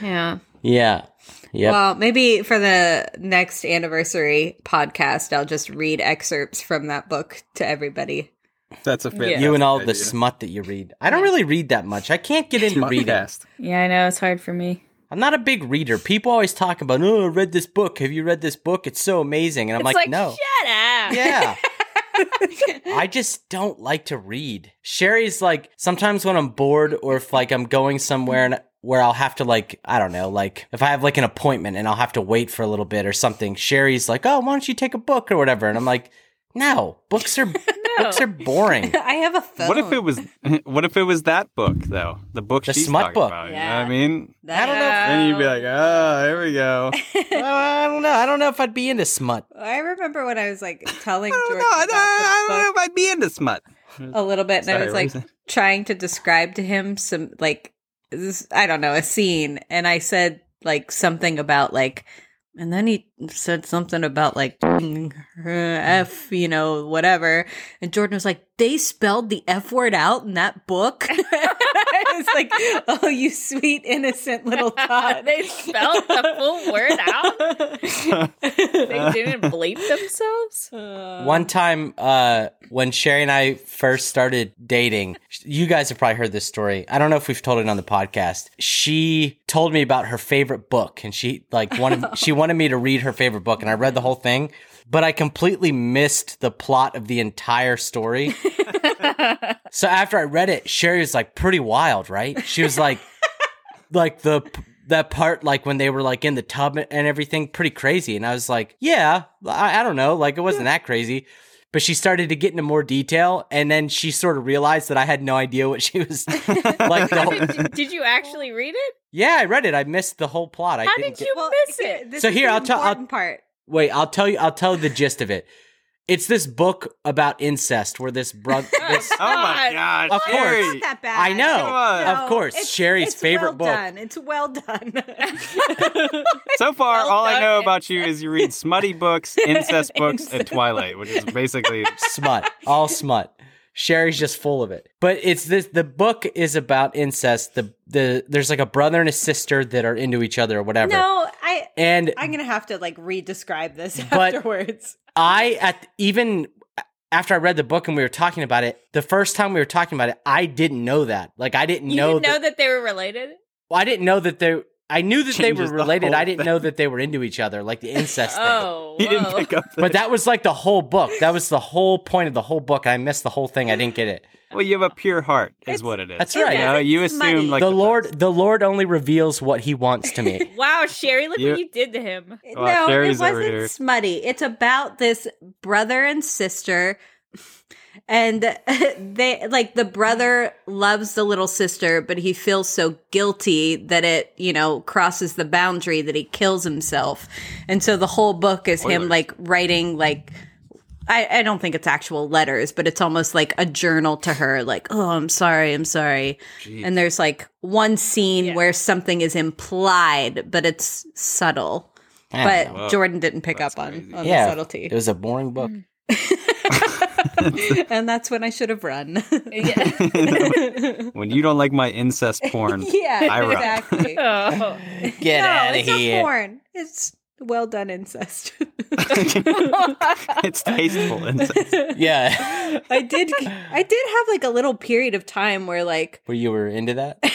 Yeah.
Yeah. Yep.
Well, maybe for the next anniversary podcast, I'll just read excerpts from that book to everybody.
That's a fantastic
You and all the
idea.
smut that you read. I don't really read that much. I can't get into reading.
Smutcast.
Yeah, I know it's hard for me.
I'm not a big reader. People always talk about, oh, I read this book. Have you read this book? It's so amazing. And I'm
it's
like,
like,
no.
shut up.
Yeah. I just don't like to read. Sherry's like sometimes when I'm bored or if like I'm going somewhere and where I'll have to like I don't know, like if I have like an appointment and I'll have to wait for a little bit or something, Sherry's like, "Oh, why don't you take a book or whatever?" And I'm like, "No, books are books are boring."
I have a phone.
What if it was? What if it was that book though? The book
The
she's
smut
talking
book.
about. You know
Yeah.
what I mean,
That-
I don't know
then you'd be like, ah, here we go.
Oh, I don't know. I don't know if I'd be into smut.
I remember when I was like telling
I don't
George
know. I
about
don't, I
the
don't know
book
if I'd be into smut.
a little bit, and I
Sorry,
was
what
like
was that?
trying to describe to him some like this, I don't know a scene, and I said like something about like, and then he said something about like f you know whatever, and Jordan was like they spelled the f word out in that book. I was like, oh, you sweet innocent little tot.
Uh, they spelled the full word out. They
Uh,
didn't bleep themselves.
One time, uh, when Sherry and I first started dating, sh- you guys have probably heard this story. I don't know if we've told it on the podcast. She told me about her favorite book, and she like wanted she wanted me to read her favorite book, and I read the whole thing, but I completely missed the plot of the entire story. so after I read it, Sherry was like, "Pretty wild, right?" She was like, "Like the." That part, like when they were like in the tub and everything, pretty crazy. And I was like, yeah, I, I don't know. Like it wasn't that crazy but she started to get into more detail and then she sort of realized that i had no idea what she was like the whole,
did, did you actually read it?
yeah i read it i missed the whole plot i
How
didn't
did
get-
you miss it?
This
So
is
here,
the
I'll tell- I'll-
important part.
wait i'll tell you i'll tell the gist of it it's this book about incest where this brother this
oh my gosh,
Of
It's
course.
Sherry.
not that bad.
I know.
Come on.
Of course, Sherry's
it's
favorite
well
book.
Done. It's well done.
So far, all I
done,
know about you is you read smutty books, incest books, and Twilight, which is basically
smut all smut sherry's just full of it but it's this the book is about incest the the there's like a brother and a sister that are into each other or whatever
no, I
and
I'm gonna have to like re-describe this
But-
afterwards.
I at even after I read the book and we were talking about it, the first time we were talking about it, I didn't know that. Like I didn't
You
know
didn't know
that,
that they were related.
well, I didn't know that they I knew that they were
Changes the
related.
whole
I didn't
thing.
know that they were into each other, like the incest thing.
Oh,
he didn't
whoa.
pick up. The,
But that was like the whole book. That was the whole point of the whole book. I missed the whole thing. I didn't get it.
well, you have a pure heart, is
It's-
what it is.
that's right.
You, know, you
It's
assume
smutty.
like
the Lord the Lord only reveals what he wants to me.
Wow, Sherry, look
You-
what you did to him.
Wow,
no,
Sherry's
it
over
wasn't
here.
smutty. It's about this brother and sister. And they like the brother loves the little sister, but he feels so guilty that it, you know, crosses the boundary that he kills himself. And so the whole book is him
Spoilers.
like writing like I, I don't think it's actual letters, but it's almost like a journal to her, like, oh, I'm sorry, I'm sorry. And there's like one scene
Yeah.
where something is implied, but it's subtle.
I
But
don't know.
Wow.
Jordan didn't pick
That's
up on,
crazy.
on
yeah,
the subtlety. Mm.
It was a boring book.
and that's when I should have run.
Yeah.
when you don't like my incest porn,
yeah,
I run.
exactly.
Oh.
Get
no,
out of
it's not
here.
porn. It's well done incest.
it's tasteful incest.
Yeah.
I did I did have like a little period of time where like
Where you were into that?
Where-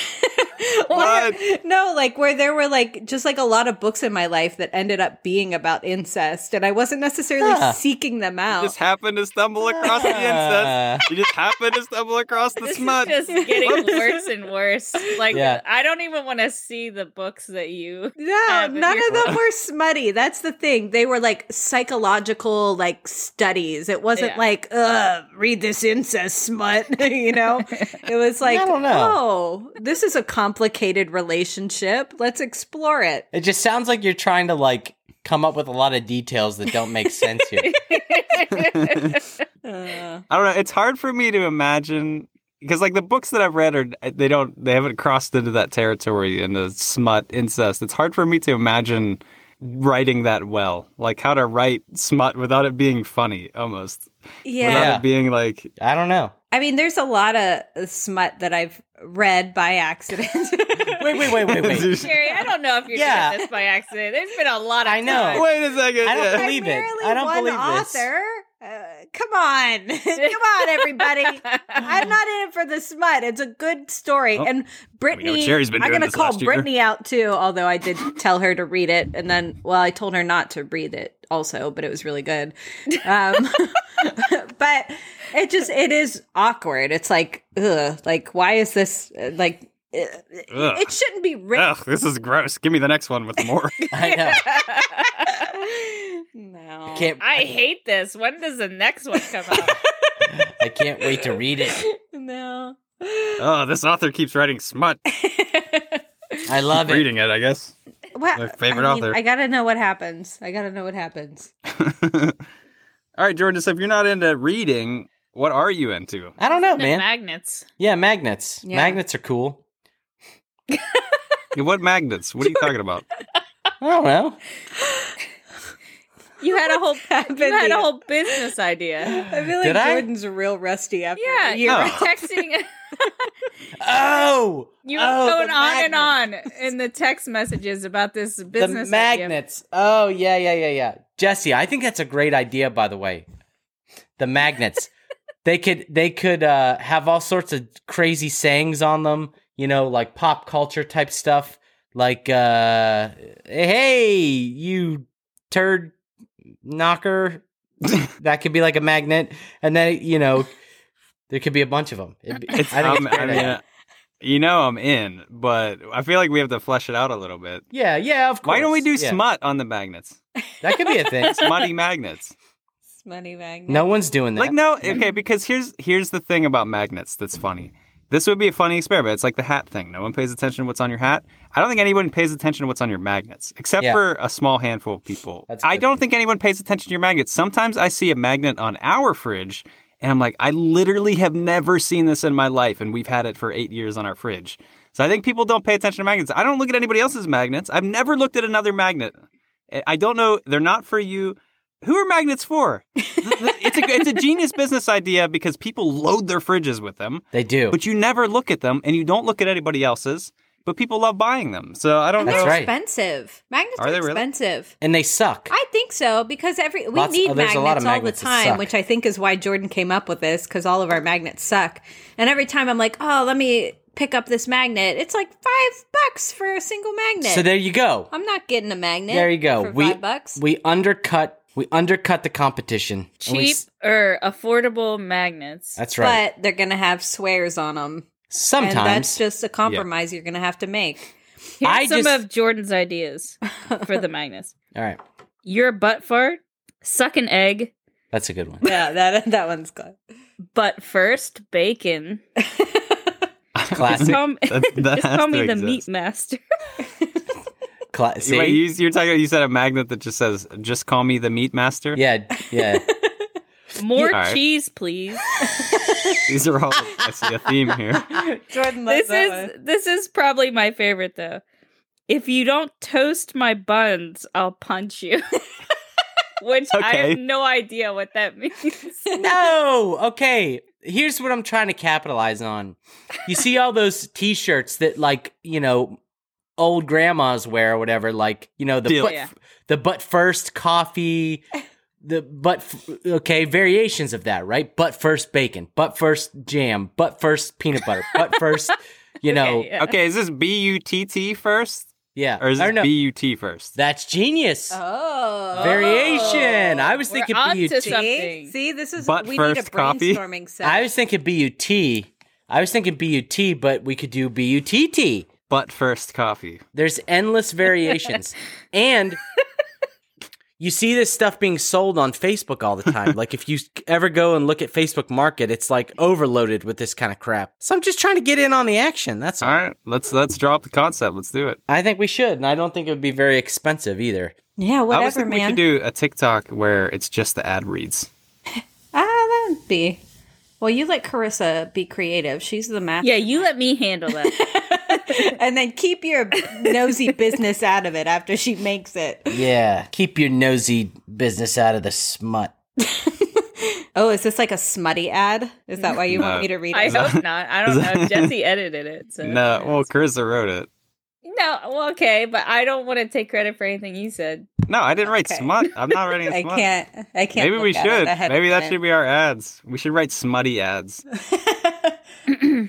What?
no, like where there were like just like a lot of books in my life that ended up being about incest, and I wasn't necessarily
Huh.
seeking them
You
out.
just happened to stumble across the incest.
Uh,
You just happened to stumble across the
This
smut.
is just getting worse and worse. Like
Yeah.
I don't even want to see the books that you.
no,
but
none
you're-
of them were smutty. That's the thing. They were like psychological like studies. It wasn't
Yeah.
like, uh, read this incest smut, you know? It was like,
I don't
oh, this is a complicated relationship. Let's explore it.
It just sounds like you're trying to like come up with a lot of details that don't make sense here.
Uh,
I don't know. It's hard for me to imagine because like the books that I've read are uh, they don't they haven't crossed into that territory into smut incest. It's hard for me to imagine writing that well, like how to write smut without it being funny almost,
yeah.
without
Yeah.
it being like
I don't know.
I mean, there's a lot of uh, smut that I've read by accident.
Wait, wait, wait, wait, wait.
Sherry, I don't know if you're
Yeah.
doing this by accident. There's been a lot of
I know.
time.
Wait a second.
I don't
yeah.
believe it.
Primarily
I don't
one
believe this.
author. Uh, come on, come on, everybody. I'm not in it for the smut. It's a good story.
Oh,
and Brittany,
Jerry's been
I'm
doing
going to
this
call
last year.
Brittany out too, although I did tell her to read it. And then, well, I told her not to read it also, but it was really good. Um, but it just, it is awkward. It's like, ugh, like, why is this, uh, like, it,
Ugh.
it shouldn't be written.
Ugh, this is gross. Give me the next one with more.
I know.
no.
I can't.
I hate this. When does the next one come out?
I can't wait to read it.
No.
oh, this author keeps writing smut.
I love it.
Reading it, I guess.
Well,
My favorite
I mean,
author.
I gotta know what happens. I gotta know what happens.
All right, Jordan. So if you're not into reading, what are you into?
I don't know,
No,
man.
Magnets.
Yeah, magnets.
Yeah.
Magnets are cool.
What magnets? What are you talking about?
I don't know.
You had a whole
happened
you had
to
a
you?
whole business idea.
I feel like
Did I?
Jordan's real rusty after.
Yeah,
a
you
year.
were
Oh.
texting.
Oh,
You were
oh,
going
the
on
magnets.
and on in the text messages about this
the
business idea.
magnets. Oh yeah, yeah, yeah, yeah. Jesse, I think that's a great idea. By the way, the magnets. they could they could uh, have all sorts of crazy sayings on them. You know, like pop culture type stuff. Like, uh, hey, you turd knocker. that could be like a magnet, and then you know. There could be a bunch of them. It'd be-
It's,
I think it's
um,
a
I
great
mean,
idea.
uh, you know I'm in, but I feel like we have to flesh it out a little bit.
yeah, yeah, of course.
Why don't we do
yeah.
smut on the magnets?
That could be a thing.
Smutty magnets.
Smutty magnet.
No one's doing that.
Like no, okay, because here's here's the thing about magnets that's funny. This would be a funny experiment. It's like the hat thing. No one pays attention to what's on your hat. I don't think anyone pays attention to what's on your magnets, except
Yeah.
for a small handful of people.
That's
I
good.
don't think anyone pays attention to your magnets. Sometimes I see a magnet on our fridge and I'm like, I literally have never seen this in my life, and we've had it for eight years on our fridge. So I think people don't pay attention to magnets. I don't look at anybody else's magnets. I've never looked at another magnet. I- I don't know. They're not for you. Who are magnets for? it's a it's a genius business idea because people load their fridges with them,
They do.
but you never look at them and you don't look at anybody else's. But people love buying them, so I don't
And
That's
know.
they're
right.
expensive. Magnets
Are
are,
they really?
expensive.
and they suck.
I think so because every we
Lots-
need
oh, there's
magnets,
a lot of magnets
all
that
the time,
suck.
which I think is why Jordan came up with this because all of our magnets suck. And every time I'm like, oh, let me pick up this magnet. It's like five bucks for a single magnet.
so there you go.
I'm not getting a magnet.
There you go.
For
we
five bucks.
we undercut we undercut the competition. And we
Cheap
s-
or affordable magnets.
that's right.
But they're gonna have swears on them,
Sometimes
and that's just a compromise you're gonna have to make.
Here's
I
some
just-
of Jordan's ideas for the magnets.
all right.
Your butt fart, suck an egg,
That's a good one.
yeah, that that one's good.
but first bacon.
Classic.
Call me-
That- that
just
has
call
to
me the
exist.
meat master.
Cla- see?
Wait, you, you're talking. You said a magnet that just says, "Just call me the meat master."
yeah, yeah.
More
All right.
cheese, please.
These are all. I see a theme here.
Jordan
this is this is probably my favorite though. If you don't toast my buns, I'll punch you. Which I have
Okay.
no idea what that means.
no. Okay. Here's what I'm trying to capitalize on. You see all those t-shirts that like, you know, old grandmas wear or whatever, like, you know, the
Deal.
butt,
Yeah.
the butt first coffee, the butt f- okay, variations of that, right? Butt first bacon, butt first jam, butt first peanut butter, butt first, you know,
Yeah.
Okay, is this B U T T first,
yeah.
or is
I
this
don't know.
B U T first?
That's genius.
oh
Variation. I was
We're
thinking
onto
BUT.
something.
See, see, this is
But
we need a
first copy.
brainstorming set.
I was thinking BUT. I was thinking BUT, but we could do BUTT.
Butt first coffee.
There's endless variations. and you see this stuff being sold on Facebook all the time. like if you ever go and look at Facebook Market, it's like overloaded with this kind of crap. So I'm just trying to get in on the action. That's all.
All right, let's let's drop the concept. Let's do it.
I think we should, and I don't think it would be very expensive either.
yeah,
I was
whatever,
thinking we
man.
could do a TikTok where it's just the ad reads.
ah, that would be. Well, you let Carissa be creative. She's the master.
Yeah, you let me handle that.
and then keep your nosy business out of it after she makes it.
Yeah, keep your nosy business out of the smut.
Oh, is this like a smutty ad? Is that why you
No.
want me to read
I
it?
hope not. I don't know. Jesse edited it. So.
No, well, Carissa wrote it.
No, well, okay, but I don't want to take credit for anything you said.
No, I didn't write
Okay.
smut. I'm not writing
I
smut.
can't. I can't.
Maybe we
look at it.
should.
I haven't
Maybe that
done
should be our ads. We should write smutty ads.
it.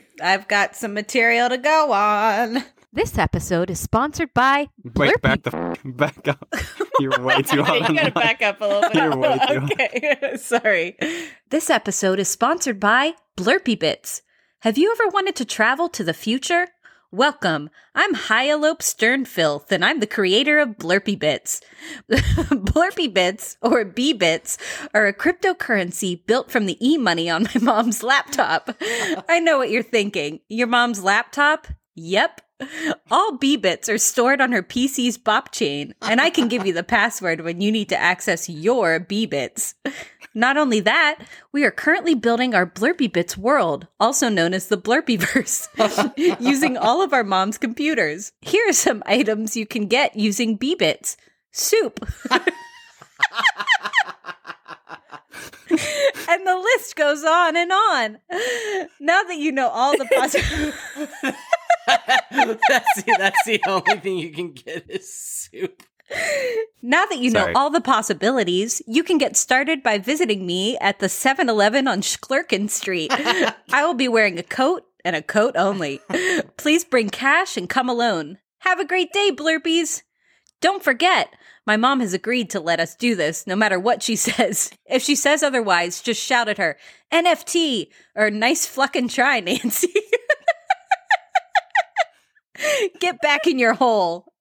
I've got some material to go on.
This episode is sponsored by
Wait,
Blurpy.
back the f- back up. You're way too
Okay,
hot.
you gotta back up a little bit.
You're way too hot.
okay, sorry. This episode is sponsored by Blurpy Bits. Have you ever wanted to travel to the future? Welcome. I'm Hyalope Sternfilth, and I'm the creator of Blurpy Bits. Blurpy Bits, or B Bits, are a cryptocurrency built from the e money on my mom's laptop. I know what you're thinking. Your mom's laptop? Yep. All B bits are stored on her PC's bop chain, and I can give you the password when you need to access your B bits. Not only that, we are currently building our Blurpy Bits world, also known as the Blurpyverse, using all of our mom's computers. Here are some items you can get using B bits soup. and the list goes on and on. Now that you know all the possibilities.
that's, the, that's the only thing you can get is soup.
Now that you
Sorry.
know all the possibilities, you can get started by visiting me at the 7 Eleven on Schlerken Street. I will be wearing a coat and a coat only. Please bring cash and come alone. Have a great day, Blurpies. Don't forget, my mom has agreed to let us do this no matter what she says. If she says otherwise, just shout at her NFT or nice fluckin' try, Nancy. Get back in your hole.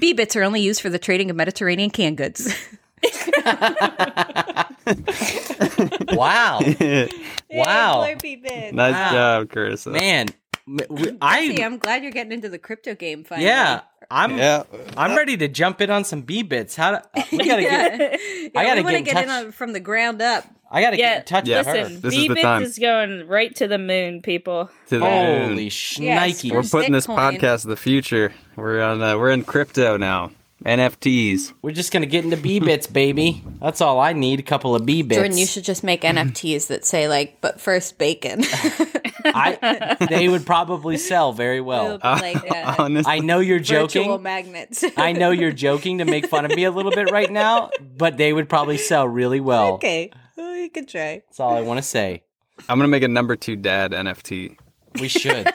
B bits are only used for the trading of Mediterranean canned goods.
Wow, Wow.
Blurpy bits.
nice
Wow.
job, Carissa.
Ah, man, m- w-
See,
I
I'm glad you're getting into the crypto game finally.
yeah, I'm
Yeah.
I'm ready to jump in on some B bits. How do, we gotta
Yeah.
get
Yeah,
I gotta
we wanna
get in
get in
touch.
on, from the ground up.
I gotta
Yeah,
get in touch
Yeah.
with her.
Listen,
This is the
Beebits
time.
is going right to the moon, people.
To the moon.
Holy
Yeah,
shnikes.
We're
Here's
putting this
Bitcoin.
podcast of the future. We're on. Uh, we're in crypto now. NFTs.
We're just gonna get into B bits, baby. That's all I need. A couple of B bits.
Jordan, you should just make NFTs that say like, but first bacon.
I, they would probably sell very
It'll
well.
be like uh,
Honestly,
I know you're
virtual
Oh, joking.
magnets.
I know you're joking to make fun of me a little bit right now, but they would probably sell really well.
okay, well, you could try.
That's all I want to say.
I'm gonna make a number two dad NFT.
We should.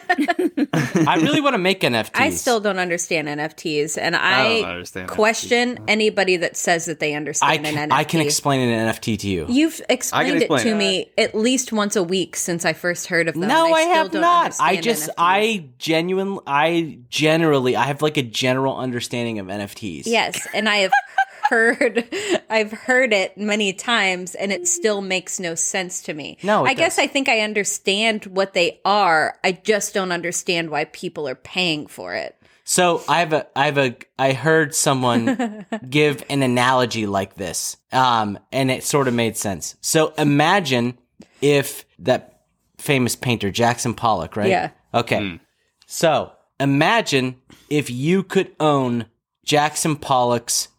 I really want to make NFTs.
I still don't understand NFTs, and
I don't
I,
understand.
question anybody that says that they
I
understand an
can,
NFT.
I can explain an NFT to you.
You've explained
explain
it to
it.
me at least once a week since I first heard of them.
No,
and
I,
still
have
don't
not. I
understand
just,
NFTs.
I genuinely, I generally, I have like a general understanding of NFTs.
yes, and I have heard, I've heard it many times, and it still makes no sense to me.
No, it
I guess
does.
I think I understand what they are. I just don't understand why people are paying for it.
So I have a, I have a, I heard someone give an analogy like this, um, and it sort of made sense. So imagine if that famous painter Jackson Pollock, right?
Yeah.
Okay. So imagine if you could own Jackson Pollock's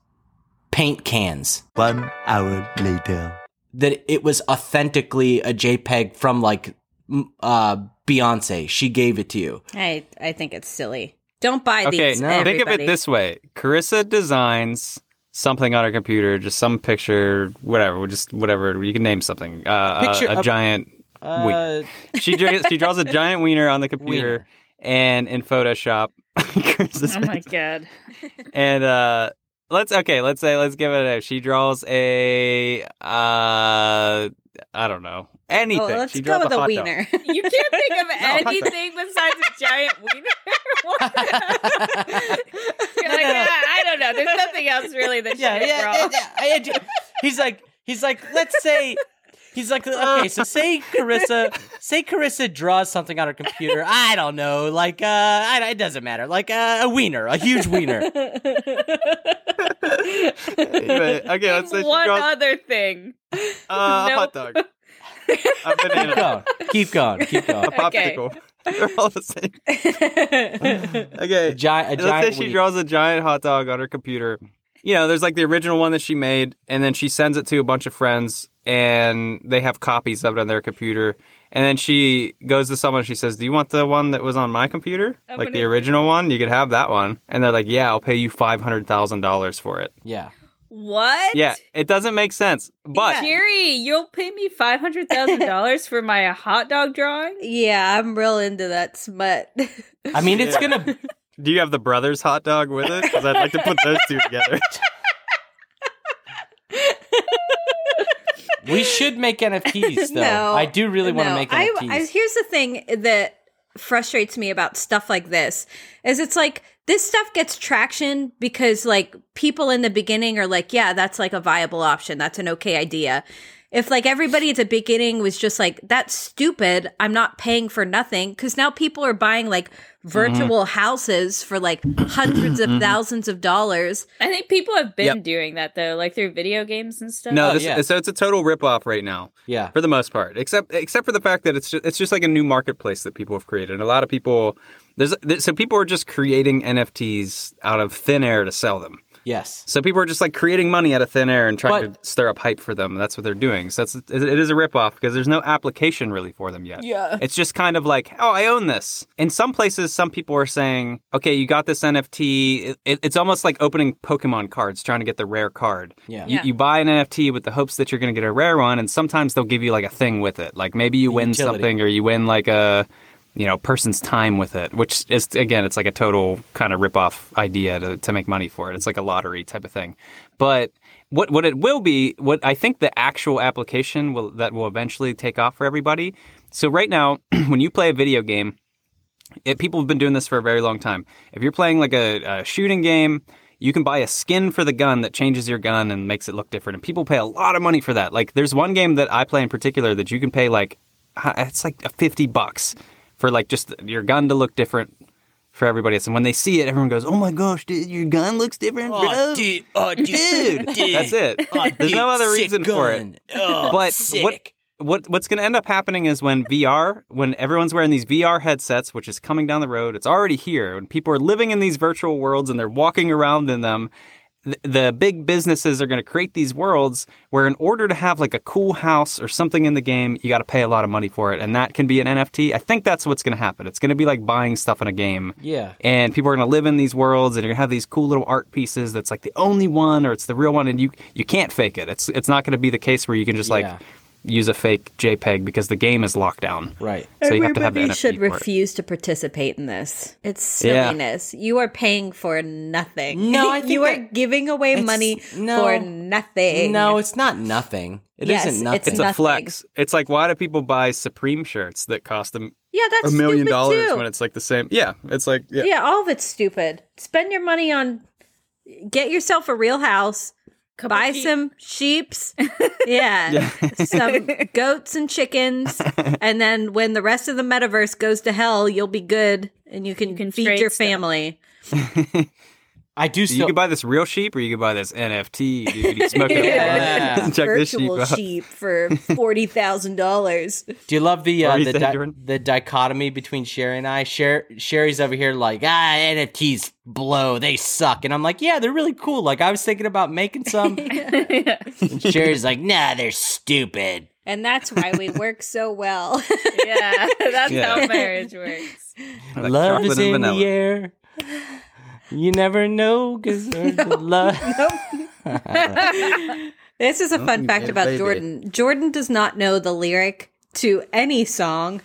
paint cans.
One hour later.
that it was authentically a JPEG from like m- uh Beyonce. She gave it to you.
I, I think it's silly. Don't buy
Okay,
these.
think of it
everybody.
this way: Carissa designs something on her computer, just some picture, whatever, just whatever you can name something. Uh, a-
Picture
a,
of-
giant.
Uh,
She dra- she draws a giant wiener on the computer,
Wiener.
and in Photoshop, Carissa
Oh my god.
and uh let's okay let's say let's give it a she draws a uh i don't know anything
Oh, let's
she
go
draws
with
a
a
hot dog.
wiener.
You can't think of
hot dog.
anything besides a giant wiener. What the- You're like, "Ah, I don't know. There's nothing else really that
yeah,
should
yeah, yeah,
wrong.
yeah. I had you- He's like, he's like, let's say. He's like, okay, so say Carissa, say Carissa draws something on her computer. I don't know, like, uh, I, it doesn't matter, like uh, a wiener, a huge wiener.
Anyway, okay let's say she
One
draws
other thing.
uh, a
no.
hot dog a
Keep
banana
going, keep going, keep going.
a popsicle they're all the same
A
okay
giant, a
let's say
giant.
she
wiener.
draws a giant hot dog on her computer you know there's like the original one that she made and then she sends it to a bunch of friends and they have copies of it on their computer And then she goes to someone. She says, "Do you want the one that was on my computer,
I'm
like the
gonna-
original one? You could have that one." And they're like, "Yeah, I'll pay you five hundred thousand dollars for it."
Yeah.
What?
Yeah, it doesn't make sense, but
Jerry, you'll pay me five hundred thousand dollars for my hot dog drawing?
Yeah, I'm real into that smut.
I mean, it's
Yeah.
gonna.
do you have the brothers hot dog with it? Because I'd like to put those two together.
We should make NFTs though.
No.
I do really want to
No,
make
I-
NFTs.
I- here's the thing that frustrates me about stuff like this is it's like this stuff gets traction because like people in the beginning are like, yeah, that's like a viable option. That's an okay idea. If like everybody at the beginning was just like, that's stupid. I'm not paying for nothing because now people are buying like
Mm-hmm.
virtual houses for like hundreds of thousands of dollars.
I think people have been
Yep.
doing that though, like through video games and stuff.
No,
Oh,
this,
yeah.
so it's a total ripoff right now.
yeah.
for the most part, except except for the fact that it's just, it's just like a new marketplace that people have created. And a lot of people there's there- so people are just creating NFTs out of thin air to sell them.
Yes.
So people are just like creating money out of thin air and trying
But-
to stir up hype for them. That's what they're doing. So that's it it is a ripoff because there's no application really for them yet.
Yeah.
It's just kind of like, oh, I own this. In some places, some people are saying, okay, you got this NFT. It, it- it's almost like opening Pokemon cards, trying to get the rare card.
Yeah.
You, you buy an NFT with the hopes that you're going to get a rare one, and sometimes they'll give you like a thing with it. Like maybe you win
Utility.
something or you win like a, you know, person's time with it, which is, again, it's like a total kind of ripoff idea to, to make money for it. It's like a lottery type of thing. But what, what it will be, what I think the actual application will, that will eventually take off for everybody. So right now, when you play a video game, it, people have been doing this for a very long time. If you're playing like a, a shooting game, you can buy a skin for the gun that changes your gun and makes it look different. And people pay a lot of money for that. Like, there's one game that I play in particular that you can pay like, uh, it's like 50 bucks for like just your gun to look different for everybody else. And when they see it, everyone goes, oh my gosh, dude, your gun looks different, bro.
dude, oh,
Dude, that's it. There's no other reason for it but what what what's going to end up happening is when VR, when everyone's wearing these VR headsets, which is coming down the road, it's already here. When people are living in these virtual worlds and they're walking around in them, th- the big businesses are going to create these worlds where in order to have like a cool house or something in the game you got to pay a lot of money for it and that can be an nft i think that's what's going to happen it's going to be like buying stuff in a game
Yeah.
and people are going to live in these worlds and you're going to have these cool little art pieces that's like the only one or it's the real one and you you can't fake it it's it's not going to be the case where you can just
Yeah.
like use a fake jpeg because the game is locked down
Right.
so you have to have the
Everybody
NFT
should
for it.
refuse to participate in this. It's
Yeah.
silliness. You are paying for nothing.
No, I think
you are
that-
giving away
It's-
money
no.
for nothing.
No, it's not nothing. It
Yes,
not nothing.
it's
it's
nothing.
a flex it's like why do people buy supreme shirts that cost them
yeah, that's
a million
stupid
dollars
too.
when it's like the same yeah it's like yeah,
yeah, all of it's stupid. Spend your money on get yourself a real house,
Couple
buy
sheep.
some sheeps, yeah, some goats and chickens, and then when the rest of the metaverse goes to hell, you'll be good and you can,
can
feed
trade
your
stuff.
family.
I do
You
still.
could buy this real sheep, or you could buy this NFT. Dude. You smoke it up.
Yeah.
Check this sheep
virtual
out.
sheep for forty thousand dollars.
do you love the
What
uh,
were you
the,
saying,
di-
Jordan?
the dichotomy between Sherry and I? Sher- Sherry's over here like ah NFTs blow, they suck, and I'm like yeah they're really cool. Like I was thinking about making some. and Sherry's like nah they're stupid.
And that's why we work so well.
yeah, that's
Yeah.
how marriage works.
Like
love
chocolate
is
and
in
vanilla.
the air. You never know because love.
this is a fun fact about Jordan. Jordan does not know the lyric to any song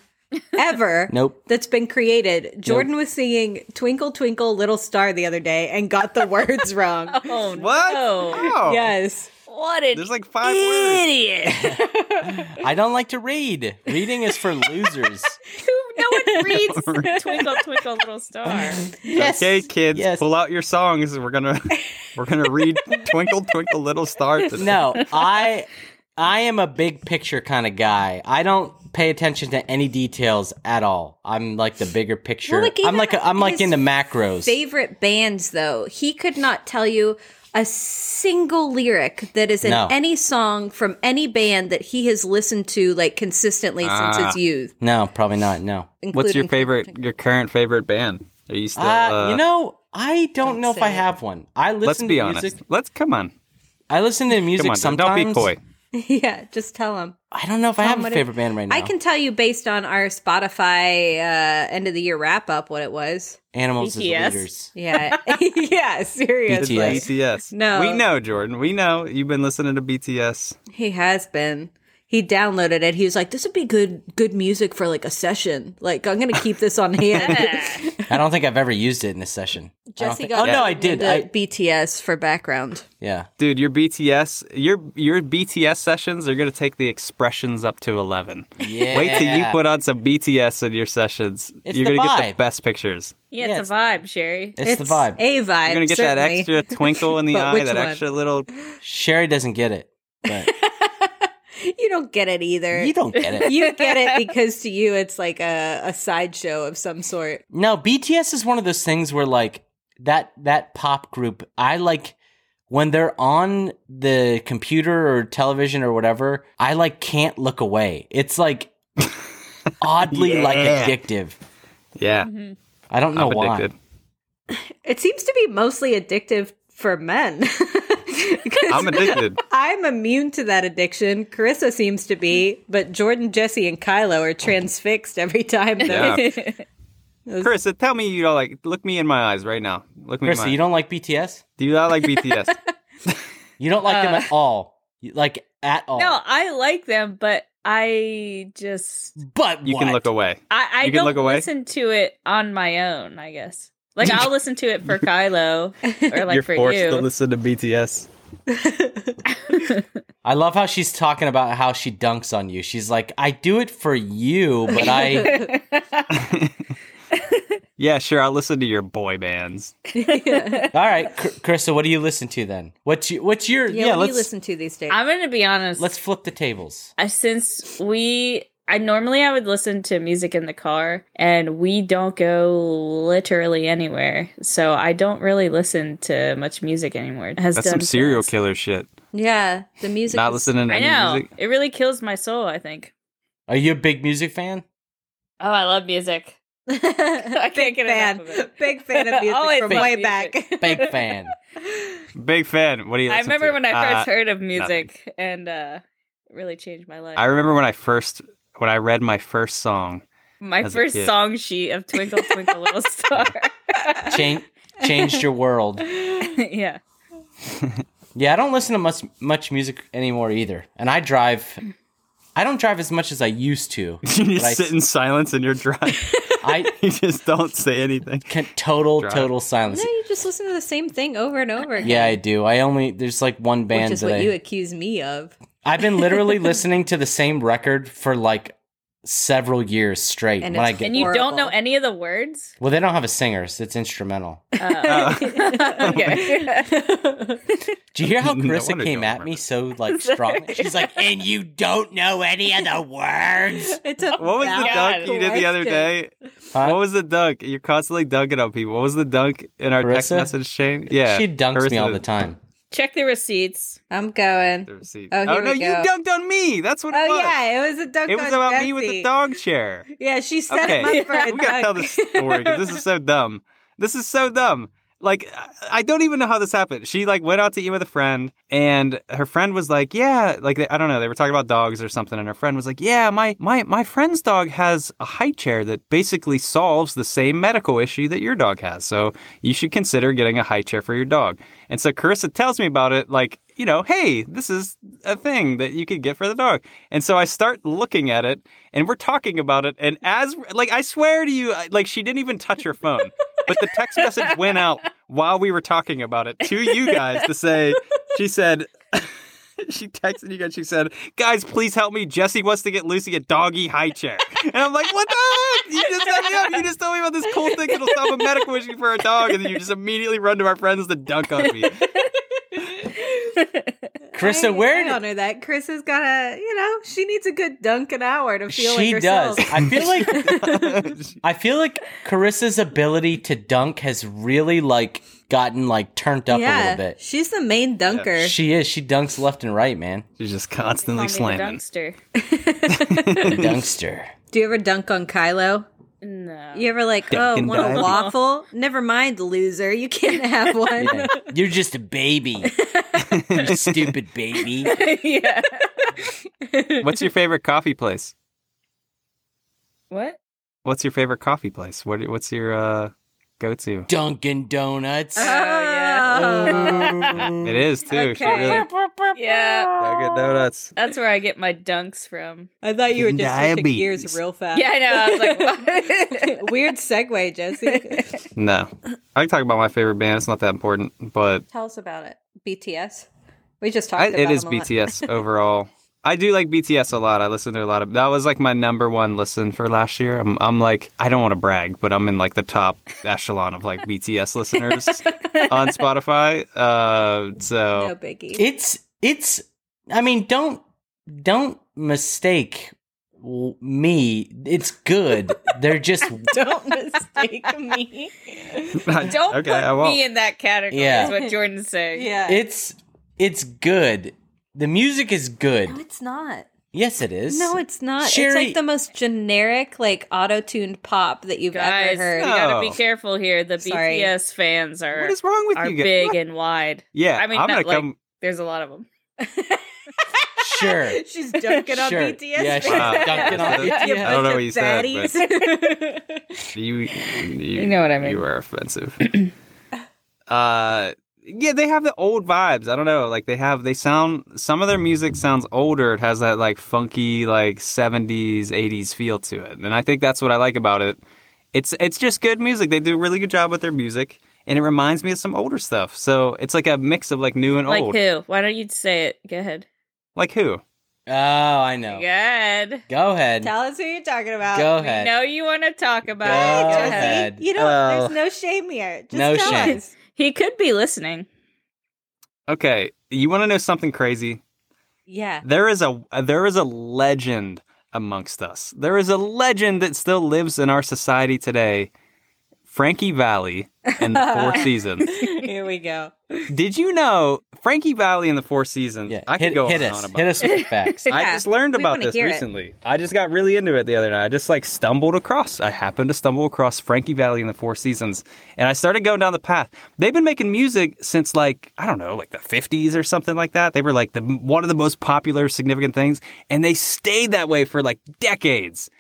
ever
Nope.
that's been created. Jordan was singing Twinkle Twinkle Little Star the other day and got the words wrong.
Oh
What?
no!
Oh,
Yes.
What an
There's like five words.
idiot!
I don't like to read. Reading is for losers.
Who- no one reads "Twinkle Twinkle Little Star."
Yes.
Okay, kids,
Yes.
pull out your songs. We're gonna we're gonna read "Twinkle Twinkle Little Star." Today.
No, I I am a big picture kind of guy. I don't pay attention to any details at all. I'm like the bigger picture.
like,
I'm
even
like a, I'm like
his
into macros.
Favorite bands though. He could not tell you a single lyric that is in
No.
any song from any band that he has listened to like consistently since
Ah.
his youth.
no, probably not. No.
What's your
including-
favorite? Your current favorite band? Are you still?
Uh,
uh,
you know, I don't, know if I
say it.
have one. I listen
let's
to
be
music.
honest. Let's come on.
I listen to music
Come on.
sometimes.
Don't be coy.
yeah, just tell them.
I don't know if I
Tom,
have a
what if-
favorite band right now.
I can tell you based on our Spotify uh, end of the year wrap up what it was.
Animals
BTS.
as leaders.
Yeah, yeah, seriously.
BTS.
BTS.
No.
We know, Jordan. We know. You've been listening to BTS.
He has been. He downloaded it. He was like, "This would be good, good music for like a session. Like, I'm gonna keep this on hand."
I don't think I've ever used it in this session. I don't
Jesse
think-
got.
Oh no, I did.
into
I,
BTS for background.
yeah.
Dude, your BTS, your your BTS sessions are going to take the expressions up to 11.
Yeah.
Wait till you put on some BTS in your sessions.
It's
You're
the
gonna get
vibe.
the best pictures.
Yeah, it's a vibe, Sherry.
It's, the vibe.
A vibe.
You're gonna get that
certainly.
extra twinkle in the
But
eye,
which
that
one?
extra little.
Sherry doesn't get it, but
You don't get it either.
you don't get it.
You get it because to you it's like a, a sideshow of some sort.
No, BTS is one of those things where like that that pop group, I like when they're on the computer or television or whatever, I like can't look away. It's like oddly like
Yeah.
addictive.
Yeah,
Mm-hmm.
I don't know
I'm
why.
addicted.
It seems to be mostly addictive for men. 'Cause
I'm addicted.
I'm immune to that addiction. Carissa seems to be, but Jordan, Jesse, and Kylo are transfixed every time.
Yeah.
Though.
Carissa, tell me you don't like. Look me in my eyes right now. Look me in
Krista,
my
you
eyes.
don't like BTS?
Do you not like BTS?
You don't like them
Uh.
at all. You- Like at all.
No, I like them, but I just
But
You
what?
can look away.
I, I
You can
don't
look away?
listen to it on my own. I guess like I'll listen to it for Kylo or like for you.
listen to BTS.
I love how she's talking about how she dunks on you. She's like, I do it for you, but I
Yeah, sure. I'll listen to your boy bands.
All right, Cr- Krista, what do you listen to then? What's your what's your
yeah,
Yeah,
what do
let's
you listen to these days?
I'm gonna be honest.
let's flip the tables.
I, since we I normally I would listen to music in the car and we don't go literally anywhere. So I don't really listen to much music anymore. It Has
That's some
done
serial
since.
killer shit.
yeah, the music.
Not
is-
listening to
I
any
know.
music.
It really kills my soul, I think.
Are you a big music fan?
Oh, I love music. I
Big
can't get
fan.
enough of it.
Big fan of music
Always
from
love
way
music.
back.
Big fan.
Big fan. What do you?
I
listen
remember
to?
when I
Uh,
first heard of music and uh it really changed my life.
I remember when I first when I read my first song.
my
as a
first
kid.
song sheet of Twinkle Twinkle Little Star.
Change changed your world.
yeah.
Yeah, I don't listen to much much music anymore either. And I drive I don't drive as much as I used to.
You just
I-
sit in silence in your drive.
I
you just don't say anything.
can total
Drive.
total silence.
No, you just listen to the same thing over and over again.
Yeah, I do. I only there's like one band
which is
that
what
I,
you accuse me of.
I've been literally listening to the same record for like several years straight.
And
when I
it's-
get
And you don't know
Horrible.
any of the words?
well, they don't have a singer, so it's instrumental.
Oh.
Uh,
okay.
Do you hear how
No
Carissa
wonder you
came
don't
at me
remember.
so like strong? She's like, and you don't know any of the words.
It's a
What was the
God.
dunk you did the other day?
Huh?
What was the dunk? You're constantly dunking on people. What was the dunk in our text
Carissa?
message chain? Yeah,
she dunks me
Carissa
all
did
the time.
Check the receipts.
I'm going.
the receipt.
Oh,
Oh,
here
no,
we
you
go.
dunked on me. That's what
Oh
it was.
yeah, it was a dunk.
It was
on
about me with
Jesse.
the dog chair.
Yeah, she set
Okay,
him
we
up for a
gotta tell
dunk.
this story because this is so dumb. This is so dumb. Like, I- I don't even know how this happened. She like went out to eat with a friend, and her friend was like, "Yeah, like they, I don't know, they were talking about dogs or something." And her friend was like, "Yeah, my my my friend's dog has a high chair that basically solves the same medical issue that your dog has, so you should consider getting a high chair for your dog." And so Carissa tells me about it, like, you know, hey, this is a thing that you could get for the dog. And so I start looking at it and we're talking about it. And as, like, I swear to you, I- like, she didn't even touch her phone, but the text message went out while we were talking about it to you guys to say, she said, she texted you guys, she said, guys, please help me. Jesse wants to get Lucy a doggy high chair. And I'm like, what the heck? You just set me up. You just told me about this cool thing that'll solve a medical issue for a dog. And then you just immediately run to our friends to dunk on me.
Carissa,
I,
where
I don't know that Chris has got a. You know, she needs a good dunk an hour to feel like
she does.
herself.
I feel like I feel like Carissa's ability to dunk has really like gotten like turned up a
yeah,
little bit.
she's the main dunker.
She is. She dunks left and right, man.
She's just
Call me
constantly
the
slamming.
dunkster.
Dunkster.
Do you ever dunk on Kylo?
No.
You ever like,
Duck
oh,
and
want a
dive.
waffle? Never mind, loser. You can't have one.
Yeah. You're just a baby, you stupid baby.
yeah.
What's your favorite coffee place?
what?
What's your favorite coffee place? What what's your uh go to?
Dunkin' Donuts.
Oh.
Uh, yeah.
It is too. She
Okay.
really
Yeah.
Dunkin' Donuts.
That's where I get my dunks from.
I thought you were just switching
Diabetes.
gears real fast.
Yeah, I know. I was like, what?
Weird segue, Jesse.
No, I can talk about my favorite band. It's not that important, but
Tell us about it. BTS. We just talked
I,
about
it is
them a lot.
BTS overall. I do like BTS a lot. I listen to a lot of. That was like my number one listen for last year. I'm, I'm like, I don't want to brag, but I'm in like the top echelon of like BTS listeners on Spotify. Uh, so
No biggie.
It's it's. I mean, don't don't mistake w- me. It's good. They're just
Don't mistake me. Don't
okay, I
put
won't.
me in that category.
Yeah.
Is what Jordan's saying.
Yeah.
it's it's good. The music is
no,
good.
it's not.
Yes, it is.
No, it's not. It's
Sherry-
like the most generic, like auto-tuned pop that you've
Guys,
ever heard.
we gotta be
No.
careful here. The
Sorry.
BTS fans are
what is wrong with
are
you? guys?
big and wide.
Yeah,
I mean,
I'm
not
gonna
like-
come.
There's a lot of them.
sure.
She's dunking on
Sure.
BTS.
Yeah, she's
Wow.
dunking on
Yeah,
BTS.
I don't know what you said,
said.
You, you,
You know what I mean.
You are offensive. uh, yeah, they have the old vibes. I don't know. Like they have, they sound. Some of their music sounds older. It has that like funky, like seventies, eighties feel to it, and I think that's what I like about it. It's it's just good music. They do a really good job with their music, and it reminds me of some older stuff. So it's like a mix of like new and
Like
old.
who? Why don't you say it? Go ahead.
Like who?
Oh, I know.
Go ahead.
Go ahead.
Tell us who you're talking about.
Go
We
ahead.
know you want to talk about
Go
it. Go
Jesse,
ahead.
ahead.
you don't.
Well-
there's no shame here. Just
No
tell
shame.
us.
He could be listening.
Okay, you want to know something crazy?
Yeah.
There is a there is a legend amongst us. There is a legend that still lives in our society today. Frankie Valley and the Four Seasons.
Here we go.
Did you know Frankie Valley and the Four Seasons?
Yeah,
I could
hit,
go
hit
on
us.
and on
Hit
about.
us with facts.
I
Yeah,
just learned
we
about
wanna
this
hear it.
recently. I just got really into it the other night. I just like stumbled across. I happened to stumble across Frankie Valley and the Four Seasons, and I started going down the path. They've been making music since like I don't know, like the '50s or something like that. They were like the one of the most popular, significant things, and they stayed that way for like decades.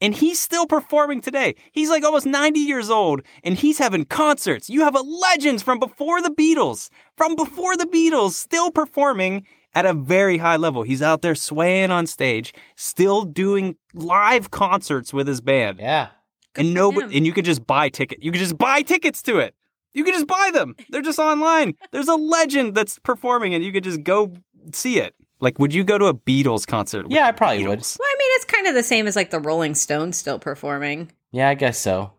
And he's still performing today. He's like almost 90 years old and he's having concerts. You have a legend from before the Beatles, from before the Beatles, still performing at a very high level. He's out there swaying on stage, still doing live concerts with his band.
Yeah.
and
him.
nobody and you could just buy ticket. You could just buy tickets to it. You could just buy them. They're just online. There's a legend that's performing and you could just go see it. Like would you go to a Beatles concert? with
Yeah, I
the
probably would.
Beatles?
Well, I mean, it's kind of the same as like the Rolling Stones still performing.
Yeah, I guess so.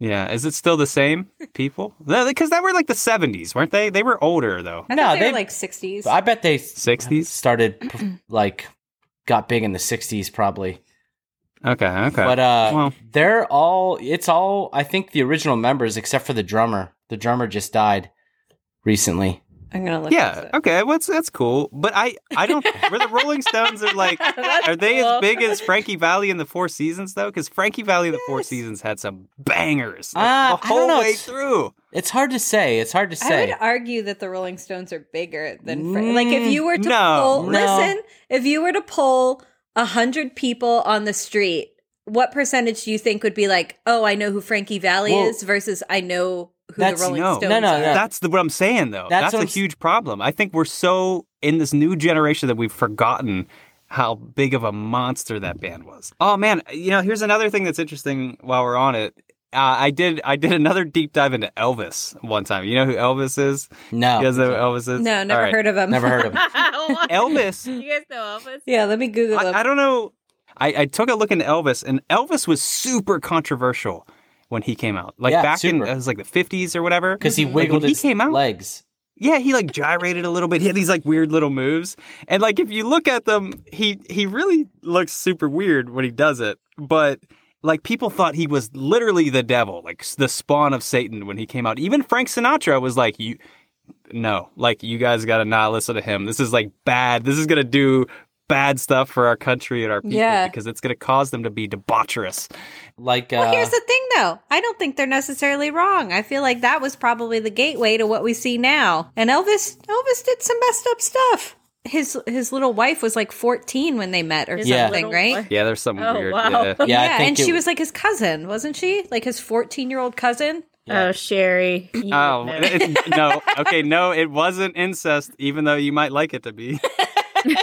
Yeah, is it still the same people? No, because they were like the seventies, weren't they? They were older though.
I
No,
think they,
they-
were like 60s.
I bet they
Sixties.
started p- like got big in the 60s probably.
Okay, okay.
But uh
Well.
they're all it's all I think the original members except for the drummer. The drummer just died recently.
I'm gonna look. this
yeah.
up.
Okay. Well, that's, that's cool. But I, I don't. were the Rolling Stones are like?
That's
Are they
cool.
as big as Frankie Valley and the Four Seasons though? Because Frankie Valley and the Four
Yes.
Seasons had some bangers like,
Uh,
the
I don't
whole
know.
way through.
It's hard to say. It's hard to
I
say.
would argue that the Rolling Stones are bigger than Frank. like if you were to
Mm, no,
poll.
no.
Listen, if you were to poll a hundred people on the street, what percentage do you think would be like, "Oh, I know who Frankie Valley
Well,
is," versus "I know who the
that's-
Rolling
no.
Stones
No, no,
are"?
no.
That's the, what I'm saying though.
That's
That's,
what
a
I'm s-
huge problem. I think we're so in this new generation that we've forgotten how big of a monster that band was. Oh man, you know, here's another thing that's interesting while we're on it. Uh, I did I did another deep dive into Elvis one time. You know who Elvis is?
no.
You guys know who Elvis is?
No, never
All right.
heard of him.
Never heard of him.
What?
Elvis.
You guys know Elvis?
yeah, let me Google him.
I, I don't know. I, I took a look into Elvis, and Elvis was super controversial when he came out. Like
Yeah,
back
super.
in it was like the 50s or whatever.
Cuz he
Like, when
wiggled
he
his
came out,
legs.
Yeah, he like gyrated a little bit. He had these like weird little moves. And like if you look at them, he he really looks super weird when he does it. But like people thought he was literally the devil, like s- the spawn of Satan when he came out. Even Frank Sinatra was like, "You no, like you guys got to not listen to him. This is like bad. This is going to do bad stuff for our country and our people
Yeah.
because it's going to cause them to be debaucherous.
Like, uh,
Well, here's the thing, though. I don't think they're necessarily wrong. I feel like that was probably the gateway to what we see now. And Elvis, Elvis did some messed up stuff. His his little wife was like 14 when they met, or
Is
Yeah.
that
something,
little-
right?
Yeah, there's some
Oh,
weird.
wow.
yeah.
yeah, I think
and
it-
she was like his cousin, wasn't she? Like his 14 year old cousin.
Yeah.
Oh, Sherry. you
Oh
know.
it's, no! Okay, no, it wasn't incest, even though you might like it to be.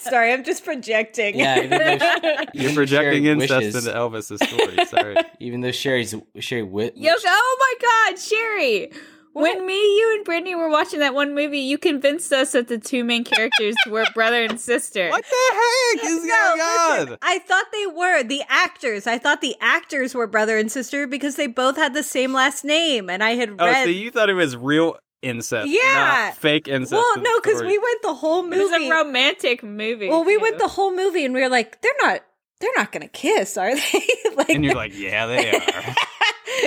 Sorry, I'm just projecting.
yeah, even though,
You're projecting
Sherry
incest
wishes.
into Elvis's story. Sorry.
even though Sherry's Sherry Wit.
Yo, oh my God, Sherry! When me, you, and Brittany were watching that one movie, you convinced us that the two main characters were brother and sister.
what the heck is going on?
I thought they were the actors. I thought the actors were brother and sister because they both had the same last name, and I had
Oh,
read.
so you thought it was real incest?
Yeah.
not fake incest.
well,
in
no,
the
because
story.
we went the whole movie.
It was a romantic movie.
Well, we
too.
went the whole movie and we were like, they're not, they're not gonna kiss, are they? like,
And you're like, yeah, they are.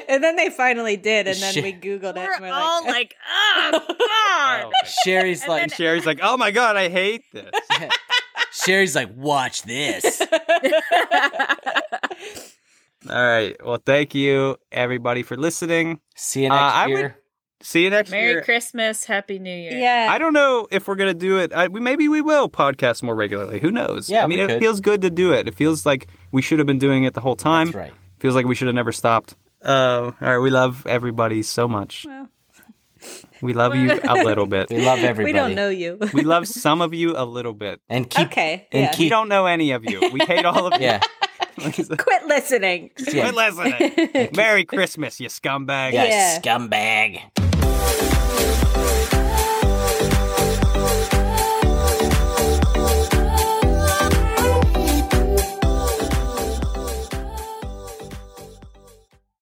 and then they finally did, and then
Shit.
we googled it.
We're
And we're
all
like,
like, oh God!
Oh.
Sherry's
And
like,
And Sherry's like, oh my god, I hate this.
Sherry's like, watch
Uh,
this.
All right. Well, thank you everybody for listening.
See you
Uh,
next
I would-
year.
See you next
Merry
year.
Christmas, Happy New Year.
yeah,
I don't know if we're gonna do it. I, we maybe we will podcast more regularly. Who knows?
Yeah,
I mean,
we
it
could.
feels good to do it. It feels like we should have been doing it the whole time.
That's right.
Feels like we should have never stopped. Uh, all right. We love everybody so much. We love you a little bit.
We love everybody.
we don't know you.
We love some of you a little bit.
And keep
okay,
and
yeah.
We
keep
don't know any of you. We hate all of you.
yeah.
quit listening.
Yeah.
Quit listening. Merry Christmas, you scumbag.
Yeah,
Yeah.
scumbag.